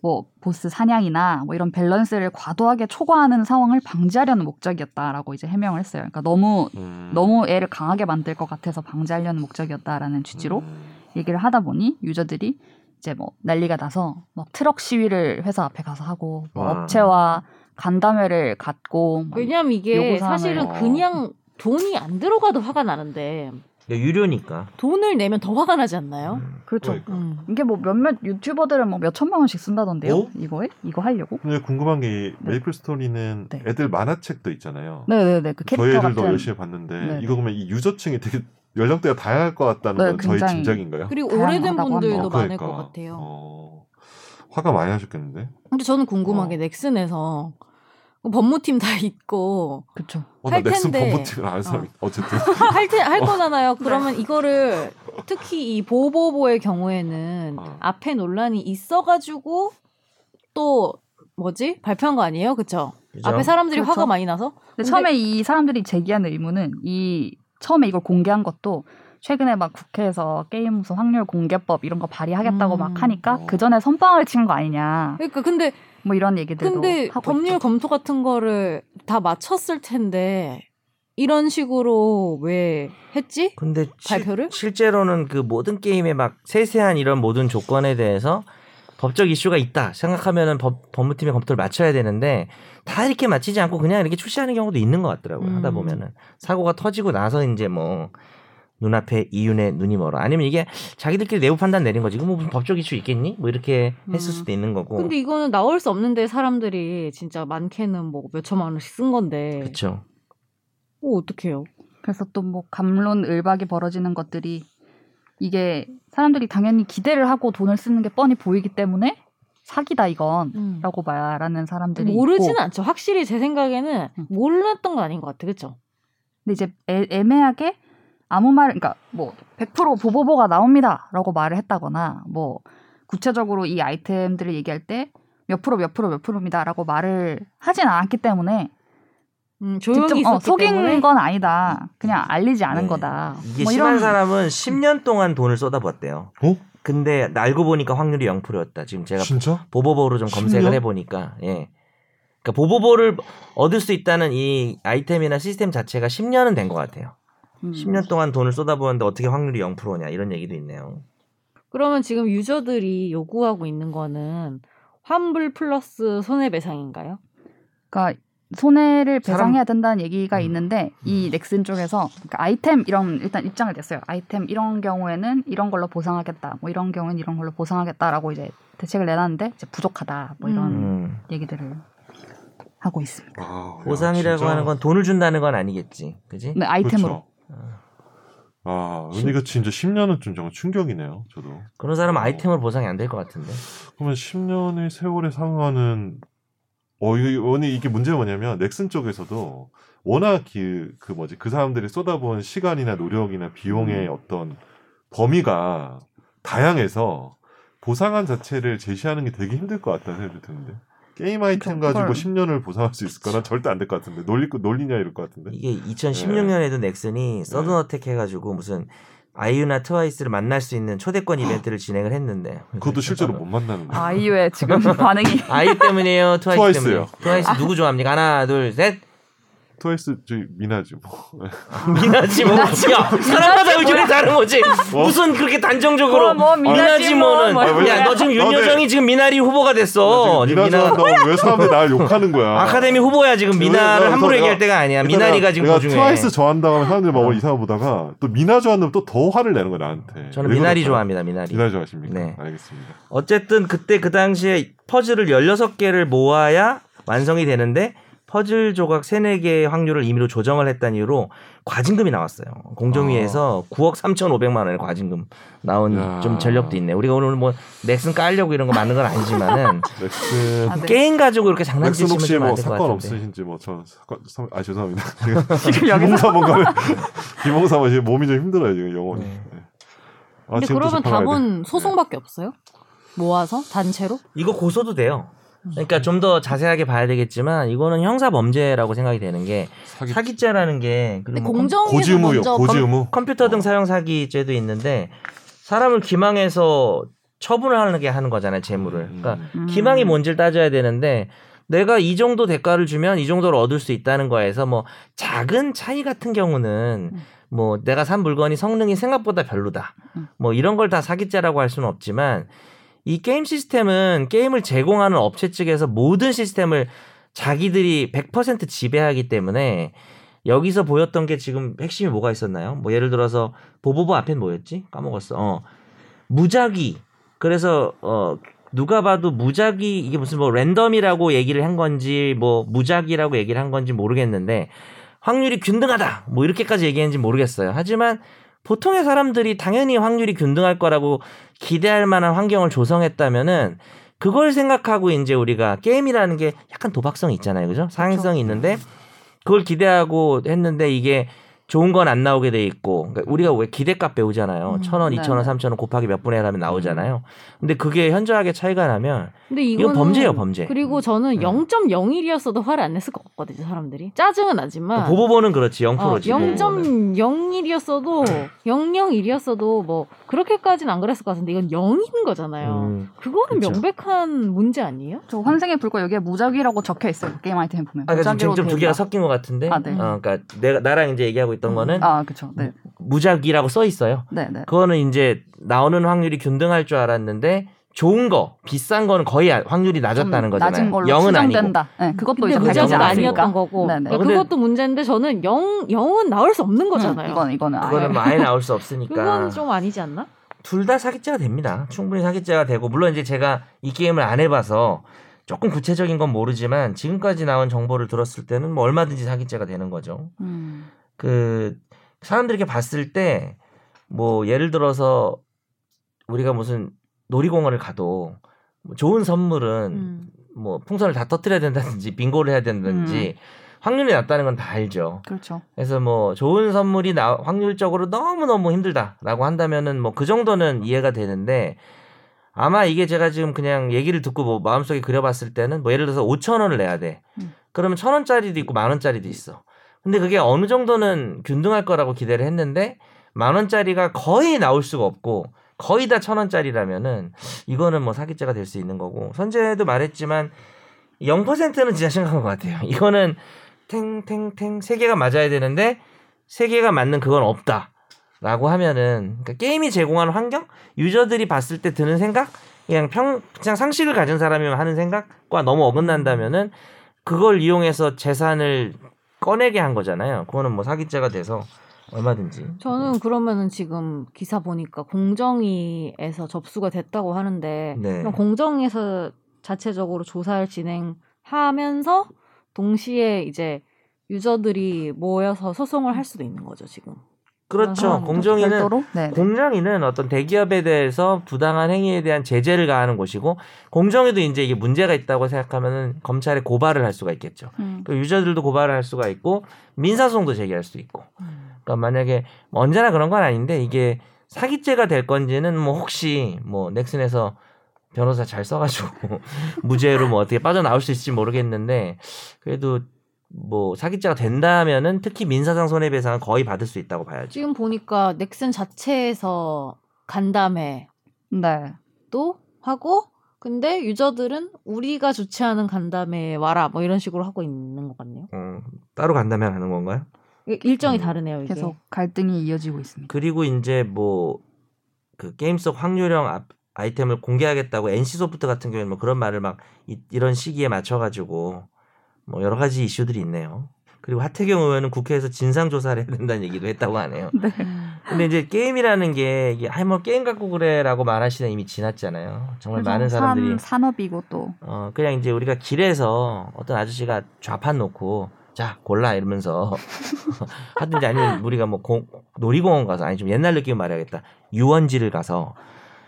Speaker 1: 뭐 보스 사냥이나 뭐 이런 밸런스를 과도하게 초과하는 상황을 방지하려는 목적이었다라고 이제 해명을 했어요. 그러니까 너무
Speaker 4: 음.
Speaker 1: 너무 애를 강하게 만들 것 같아서 방지하려는 목적이었다라는 취지로
Speaker 4: 음.
Speaker 1: 얘기를 하다 보니 유저들이 이제 뭐 난리가 나서 막 트럭 시위를 회사 앞에 가서 하고 뭐
Speaker 2: 와.
Speaker 1: 업체와 간담회를 갖고 막
Speaker 3: 왜냐면 이게
Speaker 1: 요구사항을-
Speaker 3: 사실은
Speaker 4: 어.
Speaker 3: 그냥 돈이 안 들어가도 화가 나는데
Speaker 2: 그러니까 유료니까.
Speaker 3: 돈을 내면 더 화가 나지 않나요?
Speaker 2: 음.
Speaker 1: 그렇죠.
Speaker 4: 그러니까.
Speaker 3: 음.
Speaker 1: 이게 뭐 몇몇 유튜버들은 뭐 몇 천만 원씩 쓴다던데요.
Speaker 4: 어?
Speaker 1: 이거에 이거 하려고?
Speaker 4: 근데 궁금한 게
Speaker 1: 네.
Speaker 4: 메이플 스토리는
Speaker 1: 네.
Speaker 4: 애들 만화책도 있잖아요.
Speaker 1: 네네네 그
Speaker 4: 저희
Speaker 1: 캐릭터
Speaker 4: 애들도
Speaker 1: 같은
Speaker 4: 열심히 봤는데
Speaker 1: 네.
Speaker 4: 이거 보면 이 유저층이 되게 연령대가 다양할 것 같다는
Speaker 1: 네,
Speaker 4: 건 저희
Speaker 1: 굉장히.
Speaker 4: 짐작인가요? 그러니까.
Speaker 3: 그리고
Speaker 1: 다양하다고
Speaker 3: 오래된 분들도
Speaker 1: 합니다.
Speaker 3: 많을 것 같아요.
Speaker 4: 어, 화가 많이 하셨겠는데?
Speaker 3: 근데 저는 궁금한
Speaker 4: 어.
Speaker 3: 게 넥슨에서 법무팀 다 있고
Speaker 1: 그쵸.
Speaker 4: 어, 나
Speaker 3: 할
Speaker 4: 넥슨
Speaker 3: 텐데.
Speaker 4: 법무팀을 아는 사람이 어쨌든
Speaker 3: 할, 테- 할 거잖아요. 그러면 이거를 특히 이 보보보의 경우에는
Speaker 4: 어.
Speaker 3: 앞에 논란이 있어가지고 또 뭐지 발표한 거 아니에요, 그쵸?
Speaker 2: 그죠?
Speaker 3: 앞에 사람들이
Speaker 1: 그렇죠.
Speaker 3: 화가 많이 나서
Speaker 1: 근데 처음에 이 사람들이 제기한 의문은 이 처음에 이걸 공개한 것도 최근에 막 국회에서 게임 무슨 확률 공개법 이런 거 발의하겠다고
Speaker 3: 음.
Speaker 1: 막 하니까
Speaker 4: 어.
Speaker 1: 그 전에 선빵을 친 거 아니냐
Speaker 3: 그러니까 근데
Speaker 1: 뭐 이런 얘기들도
Speaker 3: 근데
Speaker 1: 하고
Speaker 3: 법률
Speaker 1: 있죠.
Speaker 3: 검토 같은 거를 다 마쳤을 텐데 이런 식으로 왜 했지?
Speaker 2: 근데 시-
Speaker 3: 발표를?
Speaker 2: 실제로는 그 모든 게임의 막 세세한 이런 모든 조건에 대해서 법적 이슈가 있다 생각하면은 법, 법무팀의 검토를 맞춰야 되는데 다 이렇게 맞히지 않고 그냥 이렇게 출시하는 경우도 있는 것 같더라고요.
Speaker 3: 음.
Speaker 2: 하다 보면은 사고가 터지고 나서 이제 뭐 눈앞에 이윤에 눈이 멀어. 아니면 이게 자기들끼리 내부 판단 내린 거지. 이거 뭐 무슨 법적 이슈 있겠니? 뭐 이렇게 했을
Speaker 3: 음.
Speaker 2: 수도 있는 거고.
Speaker 3: 근데 이거는 나올 수 없는데 사람들이 진짜 많게는 뭐 몇 천만 원씩 쓴 건데
Speaker 2: 그렇죠.
Speaker 3: 어 어떡해요?
Speaker 1: 그래서 또 뭐 감론 을박이 벌어지는 것들이 이게 사람들이 당연히 기대를 하고 돈을 쓰는 게 뻔히 보이기 때문에 사기다 이건 라고 말하는
Speaker 4: 음.
Speaker 1: 사람들이
Speaker 3: 모르진
Speaker 1: 있고
Speaker 3: 않죠. 확실히 제 생각에는
Speaker 1: 음.
Speaker 3: 몰랐던 건 아닌 것 같아, 그렇죠?
Speaker 1: 근데 이제 애, 애매하게 아무 말 그러니까 뭐 100% 보보보가 나옵니다라고 말을 했다거나 뭐 구체적으로 이 아이템들을 얘기할 때 몇 프로 몇 프로 몇 프로입니다라고 말을 하진 않았기 때문에
Speaker 3: 음, 조용히
Speaker 1: 직접 어,
Speaker 3: 있었기
Speaker 1: 속인
Speaker 3: 때문에
Speaker 1: 건 아니다 그냥 알리지 않은
Speaker 2: 네.
Speaker 1: 거다
Speaker 2: 이게
Speaker 1: 뭐
Speaker 2: 심한
Speaker 1: 이런
Speaker 2: 사람은 10년 동안 돈을 쏟아부었대요.
Speaker 4: 어?
Speaker 2: 근데 알고 보니까 확률이 0%였다. 지금 제가
Speaker 4: 진짜?
Speaker 2: 보보보로 좀 검색을
Speaker 4: 신기하다.
Speaker 2: 해보니까 예. 그러니까 보보보를 얻을 수 있다는 이 아이템이나 시스템 자체가 10년은 된 것 같아요.
Speaker 1: 음.
Speaker 2: 10년 동안 돈을 쏟아부었는데 어떻게 확률이 0%냐 이런 얘기도 있네요.
Speaker 3: 그러면 지금 유저들이 요구하고 있는 거는 환불 플러스 손해배상인가요?
Speaker 4: 아,
Speaker 1: 그러니까 손해를
Speaker 2: 사람-
Speaker 1: 배상해야 된다는 얘기가
Speaker 2: 음.
Speaker 1: 있는데 이 넥슨 쪽에서 그러니까 아이템 이런 일단 입장을 냈어요. 아이템 이런 경우에는 이런 걸로 보상하겠다. 뭐 이런 경우에는 이런 걸로 보상하겠다라고 이제 대책을 내놨는데 이제 부족하다. 뭐 이런
Speaker 2: 음.
Speaker 1: 얘기들을 하고 있습니다.
Speaker 4: 아, 야,
Speaker 2: 보상이라고
Speaker 4: 진짜.
Speaker 2: 하는 건 돈을 준다는 건 아니겠지, 그지?
Speaker 1: 네, 아이템으로.
Speaker 4: 그쵸. 그렇죠. 아, 아, 근데 이거 진짜 10년은 좀 정말 충격이네요. 저도.
Speaker 2: 그런 사람은 아이템으로 보상이 안 될 것 같은데.
Speaker 4: 그러면 10년의 세월에 상응하는 어 이거 원이 이게 문제가 뭐냐면 넥슨 쪽에서도 워낙 그, 그 뭐지 그 사람들이 쏟아부은 시간이나 노력이나 비용의 어떤 범위가 다양해서 보상안 자체를 제시하는 게 되게 힘들 것 같다는 생각이 드는데 게임 아이템
Speaker 1: 그걸-
Speaker 4: 가지고 10년을 보상할 수 있을 거나 절대 안 될 것 같은데 놀리 놀리냐 이럴 것 같은데
Speaker 2: 이게
Speaker 4: 네.
Speaker 2: 2016년에도 넥슨이 서든어택 해가지고 무슨 아이유나 트와이스를 만날 수 있는 초대권 이벤트를 진행을 했는데
Speaker 4: 그것도 실제로 뭐. 못 만나는 거예요.
Speaker 1: 아이유의 지금 반응이
Speaker 2: 아이유 때문이에요 트와이스
Speaker 4: 트와이스요.
Speaker 2: 때문에 트와이스 누구 좋아합니까 하나 둘셋
Speaker 4: 트와이스 저기 미나지 뭐
Speaker 2: 미나지 뭐 야, 사람마다 의견이 다른 거지 뭐. 무슨 그렇게 단정적으로
Speaker 1: 그럼 뭐
Speaker 2: 미나지 뭐는
Speaker 1: 뭐 뭐야.
Speaker 2: 야 너 지금
Speaker 4: 아, 네.
Speaker 2: 윤여정이 지금 미나리 후보가 됐어
Speaker 4: 지금 미나
Speaker 2: 미나-
Speaker 4: 좋아한다고 왜 사람들이 날 욕하는 거야?
Speaker 2: 아카데미 후보야 지금 미나를
Speaker 4: 그래서
Speaker 2: 함부로
Speaker 4: 내가-
Speaker 2: 얘기할 때가 아니야
Speaker 4: 그러니까
Speaker 2: 미나리가 지금 어.
Speaker 4: 내가
Speaker 2: 고중해
Speaker 4: 트와이스 좋아한다고 하면 사람들이 막 이상하 보다가 또 미나 좋아한다면 또 더 화를 내는 거야 나한테.
Speaker 2: 저는
Speaker 4: 왜
Speaker 2: 미나리
Speaker 4: 그럴까?
Speaker 2: 좋아합니다 미나리
Speaker 4: 미나리 좋아하십니까?
Speaker 2: 네.
Speaker 4: 알겠습니다.
Speaker 2: 어쨌든 그때 그 당시에 퍼즐을 16개를 모아야 완성이 되는데 퍼즐 조각 3, 4개의 확률을 임의로 조정을 했다는 이유로 과징금이 나왔어요. 공정위에서 9억 3,500만 원의 과징금 나온
Speaker 4: 아. 야.
Speaker 2: 좀 전력도 있네. 우리가 오늘 뭐 넥슨 깔려고 이런 거 맞는 건 아니지만은
Speaker 4: 넥슨
Speaker 1: 아, 네.
Speaker 2: 게임 가지고 이렇게
Speaker 4: 넥슨
Speaker 2: 장난치시면
Speaker 4: 혹시
Speaker 2: 좀
Speaker 4: 뭐
Speaker 2: 안될것
Speaker 4: 사건
Speaker 2: 같은데.
Speaker 4: 없으신지 뭐 저 사건 사- 아 죄송합니다. 제가
Speaker 1: 지금 여기서
Speaker 4: 기봉사 뭔가 기봉사 뭐 지금 몸이 좀 힘들어요 지금 영혼이.
Speaker 2: 네.
Speaker 4: 네. 아,
Speaker 3: 근데
Speaker 4: 지금 또
Speaker 3: 그러면
Speaker 4: 접근해야 돼. 네.
Speaker 3: 답은 소송밖에 없어요? 모아서 단체로?
Speaker 2: 이거 고소도 돼요. 그러니까 좀 더 자세하게 봐야 되겠지만 이거는 형사 범죄라고 생각이 되는 게
Speaker 4: 사기-
Speaker 2: 사기죄라는 게 그리고
Speaker 3: 근데
Speaker 2: 뭐
Speaker 3: 공정에서
Speaker 4: 음, 고지 의무요.
Speaker 3: 먼저
Speaker 4: 고지
Speaker 3: 검-
Speaker 4: 의무.
Speaker 2: 컴퓨터 등 사용 사기죄도 있는데 사람을 기망해서 처분을 하는 게 하는 거잖아요 재물을. 그러니까
Speaker 4: 음.
Speaker 1: 음.
Speaker 2: 기망이 뭔지를 따져야 되는데 내가 이 정도 대가를 주면 이 정도를 얻을 수 있다는 거에서 뭐 작은 차이 같은 경우는
Speaker 3: 음.
Speaker 2: 뭐 내가 산 물건이 성능이 생각보다 별로다.
Speaker 1: 음.
Speaker 2: 뭐 이런 걸 다 사기죄라고 할 수는 없지만 이 게임 시스템은 게임을 제공하는 업체 측에서 모든 시스템을 자기들이 100% 지배하기 때문에 여기서 보였던 게 지금 핵심이 뭐가 있었나요? 뭐 예를 들어서 보보보 앞엔 뭐였지? 까먹었어. 어. 무작위. 그래서 어 누가 봐도 무작위 이게 무슨 뭐 랜덤이라고 얘기를 한 건지 뭐 무작위라고 얘기를 한 건지 모르겠는데 확률이 균등하다. 뭐 이렇게까지 얘기했는지 모르겠어요. 하지만 보통의 사람들이 당연히 확률이 균등할 거라고 기대할 만한 환경을 조성했다면은 그걸 생각하고 이제 우리가 게임이라는 게 약간 도박성이 있잖아요. 그죠? 상행성이 있는데 그걸 기대하고 했는데 이게 좋은 건 안 나오게 돼 있고 그러니까 우리가 왜 기대값 배우잖아요.
Speaker 3: 음,
Speaker 2: 천 원,
Speaker 1: 네,
Speaker 2: 이천 원,
Speaker 1: 네. 음.
Speaker 2: 삼천 원 곱하기 몇 분의 하면 나오잖아요. 근데 그게 현저하게 차이가 나면
Speaker 3: 근데 이거는
Speaker 2: 이건 범죄예요, 범죄.
Speaker 3: 그리고 저는
Speaker 4: 네.
Speaker 2: 음.
Speaker 3: 0.01이었어도 화를 안 냈을 것 같거든요, 사람들이. 짜증은
Speaker 1: 아.
Speaker 4: 아,
Speaker 3: 나지만. 아,
Speaker 2: 보보보는 그렇지 0%지.
Speaker 3: 0.01이었어도 001이었어도 뭐 그렇게까지는 안 그랬을 것 같은데 이건 0인
Speaker 4: 음.
Speaker 3: 거잖아요.
Speaker 2: 음.
Speaker 3: 그거는
Speaker 2: 그쵸.
Speaker 3: 명백한 문제 아니에요?
Speaker 1: 저 환생의 불꽃 여기에 무작위라고 적혀 있어요. 그 게임 아이템 보면.
Speaker 2: 아까 그러니까 지금
Speaker 1: 무작위로
Speaker 2: 쟁점 두
Speaker 1: 된다.
Speaker 2: 개가 섞인 것 같은데.
Speaker 1: 아, 네.
Speaker 2: 어, 그러니까 내가 나랑 이제 얘기하고 있던
Speaker 3: 음.
Speaker 2: 거는
Speaker 1: 아, 그렇죠. 네.
Speaker 2: 무작위라고 써 있어요.
Speaker 1: 네, 네.
Speaker 2: 그거는 이제 나오는 확률이 균등할 줄 알았는데 좋은 거, 비싼 거는 거의 아- 확률이 낮았다는
Speaker 1: 좀
Speaker 2: 거잖아요.
Speaker 1: 낮은 걸로
Speaker 2: 0은 아니고.
Speaker 1: 추정된다. 네, 그것도
Speaker 3: 근데
Speaker 1: 이제
Speaker 2: 무작위가
Speaker 1: 밝히지
Speaker 3: 무작위가
Speaker 1: 않았으니까.
Speaker 3: 아니었던 거고
Speaker 1: 네, 네.
Speaker 3: 그러니까
Speaker 2: 근데-
Speaker 3: 그것도 문제인데 저는 0, 0은 나올 수 없는 거잖아요.
Speaker 1: 이건 이거는 아예
Speaker 2: 그거는 뭐 아예 나올 수 없으니까
Speaker 3: 그건 좀 아니지 않나?
Speaker 2: 둘 다 사기죄가 됩니다. 충분히 사기죄가 되고 물론 이제 제가 이 게임을 안 해봐서 조금 구체적인 건 모르지만 지금까지 나온 정보를 들었을 때는 뭐 얼마든지 사기죄가 되는 거죠.
Speaker 1: 음.
Speaker 2: 그 사람들에게 봤을 때 뭐 예를 들어서 우리가 무슨 놀이공원을 가도 뭐 좋은 선물은
Speaker 3: 음.
Speaker 2: 뭐 풍선을 다 터뜨려야 된다든지 빙고를 해야 된다든지 확률이 낮다는 건 다 알죠.
Speaker 1: 그렇죠.
Speaker 2: 그래서 뭐 좋은 선물이 나, 확률적으로 너무너무 힘들다라고 한다면은 뭐 그 정도는 이해가 되는데 아마 이게 제가 지금 그냥 얘기를 듣고 뭐 마음속에 그려봤을 때는 뭐 예를 들어서 5천 원을 내야 돼.
Speaker 1: 음.
Speaker 2: 그러면 천 원짜리도 있고 만 원짜리도 있어. 근데 그게 어느 정도는 균등할 거라고 기대를 했는데 만 원짜리가 거의 나올 수가 없고 거의 다 천 원짜리라면은 이거는 뭐 사기죄가 될 수 있는 거고 선재도 말했지만 0%는 진짜 심각한 것 같아요. 이거는 탱탱탱 세 개가 맞아야 되는데 세 개가 맞는 그건 없다. 라고 하면은 그러니까 게임이 제공하는 환경, 유저들이 봤을 때 드는 생각, 그냥 평 그냥 상식을 가진 사람이면 하는 생각과 너무 어긋난다면은 그걸 이용해서 재산을 꺼내게 한 거잖아요. 그거는 뭐 사기죄가 돼서 얼마든지.
Speaker 3: 저는 그러면은 지금 기사 보니까 공정위에서 접수가 됐다고 하는데
Speaker 2: 네.
Speaker 3: 그럼 공정위에서 자체적으로 조사를 진행하면서 동시에 이제 유저들이 모여서 소송을 할 수도 있는 거죠 지금.
Speaker 2: 그렇죠.
Speaker 3: 그런
Speaker 2: 공정위는
Speaker 1: 별도로? 네. 네.
Speaker 2: 공정위는 어떤 대기업에 대해서 부당한 행위에 대한 제재를 가하는 곳이고 공정위도 이제 이게 문제가 있다고 생각하면은 검찰에 고발을 할 수가 있겠죠.
Speaker 1: 음.
Speaker 2: 그 유저들도 고발을 할 수가 있고 민사소송도 제기할 수 있고. 그러니까 만약에 뭐 언제나 그런 건 아닌데 이게 사기죄가 될 건지는 뭐 혹시 뭐 넥슨에서 변호사 잘 써가지고 무죄로 뭐 어떻게 빠져나올 수 있을지 모르겠는데 그래도 뭐 사기죄가 된다면은 특히 민사상 손해배상은 거의 받을 수 있다고 봐야지.
Speaker 3: 지금 보니까 넥슨 자체에서 간담회
Speaker 1: 네.
Speaker 3: 또 하고 근데 유저들은 우리가 주최하는 간담회에 와라 뭐 이런 식으로 하고 있는 것 같네요.
Speaker 2: 어, 따로 간다면 하는 건가요?
Speaker 3: 이- 일정이
Speaker 2: 음.
Speaker 3: 다르네요 이게.
Speaker 1: 계속 갈등이 이어지고 있습니다.
Speaker 2: 그리고 이제 뭐 그 게임 속 확률형 아- 아이템을 공개하겠다고 NC 소프트 같은 경우에는 뭐 그런 말을 막 이, 런 시기에 맞춰가지고 뭐 여러 가지 이슈들이 있네요. 그리고 하태경 의원은 국회에서 진상 조사를 해야 된다는 얘기도 했다고 하네요.
Speaker 3: 음.
Speaker 2: 근데 이제 게임이라는 게 이게 아이 뭐 게임 갖고 그래라고 말할 시대 이미 지났잖아요. 정말
Speaker 1: 그렇죠.
Speaker 2: 많은 사람들이
Speaker 1: 산, 산업이고 또
Speaker 2: 어 그냥 이제 우리가 길에서 어떤 아저씨가 좌판 놓고 자 골라 이러면서 하든지 아니면 우리가 뭐 공- 놀이공원 가서 아니 좀 옛날 느낌 말해야겠다 유원지를 가서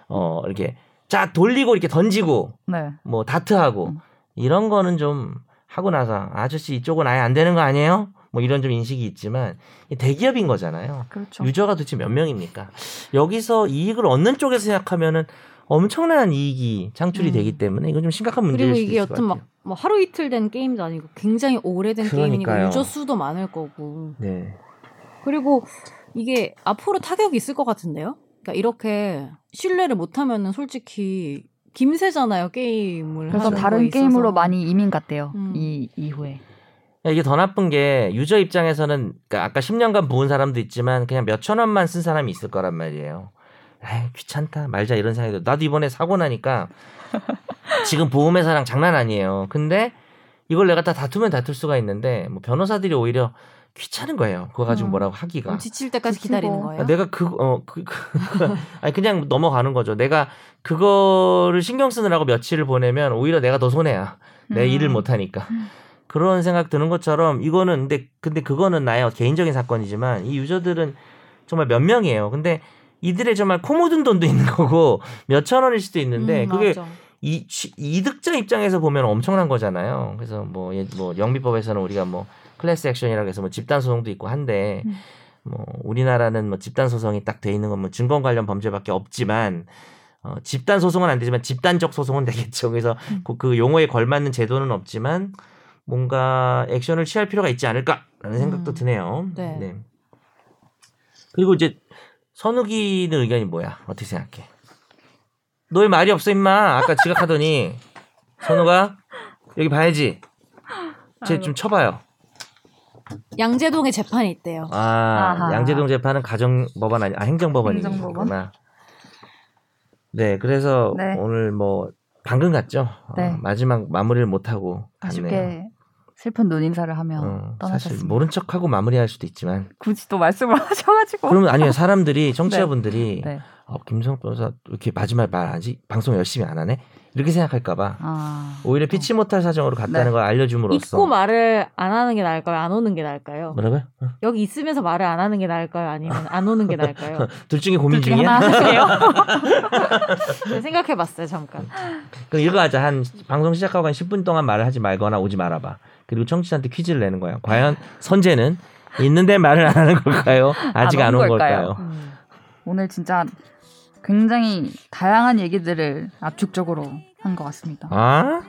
Speaker 2: 어 이렇게 자 돌리고 이렇게 던지고
Speaker 1: 네.
Speaker 2: 뭐 다트하고
Speaker 1: 음.
Speaker 2: 이런 거는 좀 하고 나서 아저씨 이쪽은 아예 안 되는 거 아니에요? 뭐 이런 좀 인식이 있지만 이 대기업인 거잖아요.
Speaker 1: 그렇죠.
Speaker 2: 유저가 도대체 몇 명입니까? 여기서 이익을 얻는 쪽에서 생각하면은 엄청난 이익이 창출이
Speaker 3: 음.
Speaker 2: 되기 때문에 이건 좀 심각한 문제일
Speaker 3: 그리고
Speaker 2: 수
Speaker 3: 이게
Speaker 2: 있을 것
Speaker 3: 여튼
Speaker 2: 같아요.
Speaker 3: 막 뭐 하루 이틀 된 게임도 아니고 굉장히 오래된 게임이니까
Speaker 2: 그러니까요.
Speaker 3: 유저 수도 많을 거고
Speaker 2: 네.
Speaker 3: 그리고 이게 앞으로 타격이 있을 것 같은데요. 그러니까 이렇게 신뢰를 못하면은 솔직히 김새잖아요 게임을.
Speaker 1: 그래서
Speaker 3: 하는 거에
Speaker 1: 다른
Speaker 3: 있어서.
Speaker 1: 게임으로 많이 이민 갔대요.
Speaker 3: 음.
Speaker 1: 이 이후에.
Speaker 2: 그러니까 이게 더 나쁜 게 유저 입장에서는 그러니까 아까 10년간 부은 사람도 있지만 그냥 몇 천 원만 쓴 사람이 있을 거란 말이에요. 에이, 귀찮다 말자 이런 생각이 들어. 나도 이번에 사고 나니까 지금 보험회사랑 장난 아니에요. 근데 이걸 내가 다 다투면 다툴 수가 있는데 뭐 변호사들이 오히려 귀찮은 거예요. 그거 가지고
Speaker 1: 음.
Speaker 2: 뭐라고 하기가.
Speaker 3: 그럼 지칠 때까지
Speaker 1: 지치고. 네.
Speaker 3: 기다리는 거예요.
Speaker 2: 아, 내가 그, 어, 그, 그, 그- 아니, 그냥 넘어가는 거죠. 내가 그거를 신경 쓰느라고 며칠을 보내면 오히려 내가 더 손해야. 내
Speaker 1: 음.
Speaker 2: 일을 못하니까.
Speaker 1: 음.
Speaker 2: 그런 생각 드는 것처럼 이거는, 근데, 근데 그거는 나의 개인적인 사건이지만 이 유저들은 정말 몇 명이에요. 근데 이들의 정말 코 묻은 돈도 있는 거고 몇 천 원일 수도 있는데
Speaker 1: 네,
Speaker 3: 음,
Speaker 2: 그게
Speaker 3: 맞아.
Speaker 2: 이 취- 이득자 입장에서 보면 엄청난 거잖아요. 그래서 뭐, 예- 뭐 영비법에서는 우리가 뭐 클래스 액션이라고 해서 뭐 집단 소송도 있고 한데
Speaker 3: 음.
Speaker 2: 뭐 우리나라는 뭐 집단 소송이 딱 돼 있는 건 뭐 증권 관련 범죄밖에 없지만 어, 집단 소송은 안 되지만 집단적 소송은 되겠죠. 그래서
Speaker 1: 음.
Speaker 2: 그, 그 용어에 걸맞는 제도는 없지만 뭔가 액션을 취할 필요가 있지 않을까라는 생각도
Speaker 3: 음.
Speaker 2: 드네요.
Speaker 3: 네.
Speaker 2: 그리고 이제 선욱이는 의견이 뭐야? 어떻게 생각해? 너의 말이 없어 임마. 아까 지각하더니 선우가 여기 봐야지. 쟤 좀 쳐봐요.
Speaker 3: 양재동에 재판이 있대요.
Speaker 2: 아
Speaker 1: 아하.
Speaker 2: 양재동 재판은 가정법원 아니 아
Speaker 1: 행정법원.
Speaker 2: 행정법원이구나. 네, 그래서
Speaker 1: 네.
Speaker 2: 오늘 뭐 방금 갔죠. 어,
Speaker 1: 네.
Speaker 2: 마지막 마무리를 못 하고 갔네요.
Speaker 1: 아쉽게 슬픈 눈 인사를 하며
Speaker 2: 어, 사실
Speaker 1: 떠나셨습니다.
Speaker 2: 모른 척하고 마무리할 수도 있지만
Speaker 1: 굳이 또 말씀을 하셔가지고.
Speaker 2: 그러면 아니요 사람들이 청취자분들이
Speaker 1: 네.
Speaker 2: 어, 김성 변호사 왜 이렇게 마지막 말 안지 방송 열심히 안 하네 이렇게 생각할까봐
Speaker 1: 아.
Speaker 2: 오히려 피치 못할 사정으로 갔다는
Speaker 1: 네.
Speaker 2: 걸 알려줌으로써
Speaker 3: 있고 말을 안 하는 게 나을까요? 안 오는 게 나을까요?
Speaker 2: 뭐라고요?
Speaker 3: 여기 있으면서 말을 안 하는 게 나을까요? 아니면 안 오는 게 나을까요?
Speaker 2: 둘 중에 고민
Speaker 1: 둘 중에
Speaker 2: 중이야?
Speaker 1: 하나 하세요.
Speaker 3: 네, 생각해봤어요 잠깐.
Speaker 2: 그럼 이거 하자. 한 방송 시작하고 한 10분 동안 말을 하지 말거나 오지 말아봐. 그리고 청취자한테 퀴즈를 내는 거야. 과연 선재는 있는데 말을 안 하는 걸까요? 아직
Speaker 1: 안
Speaker 2: 안
Speaker 1: 온
Speaker 2: 온 걸까요?
Speaker 1: 걸까요?
Speaker 3: 음.
Speaker 1: 오늘 진짜 굉장히 다양한 얘기들을 압축적으로 한 것 같습니다.
Speaker 2: 아?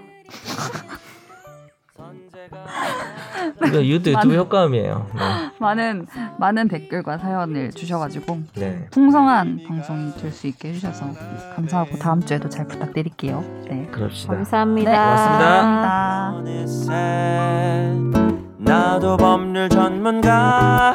Speaker 2: 이거 유튜브 유튜브
Speaker 1: 네. 많은-
Speaker 2: 효과음이에요.
Speaker 1: 많은 많은 댓글과 사연을 주셔가지고
Speaker 2: 네. 네.
Speaker 1: 풍성한 방송이 될 수 있게 해주셔서 감사하고 다음 주에도 잘 부탁드릴게요. 네.
Speaker 2: 그럽시다.
Speaker 3: 감사합니다.
Speaker 1: 네,
Speaker 2: 고맙습니다.
Speaker 1: 감사합니다.
Speaker 5: 어느새 나도 법률 전문가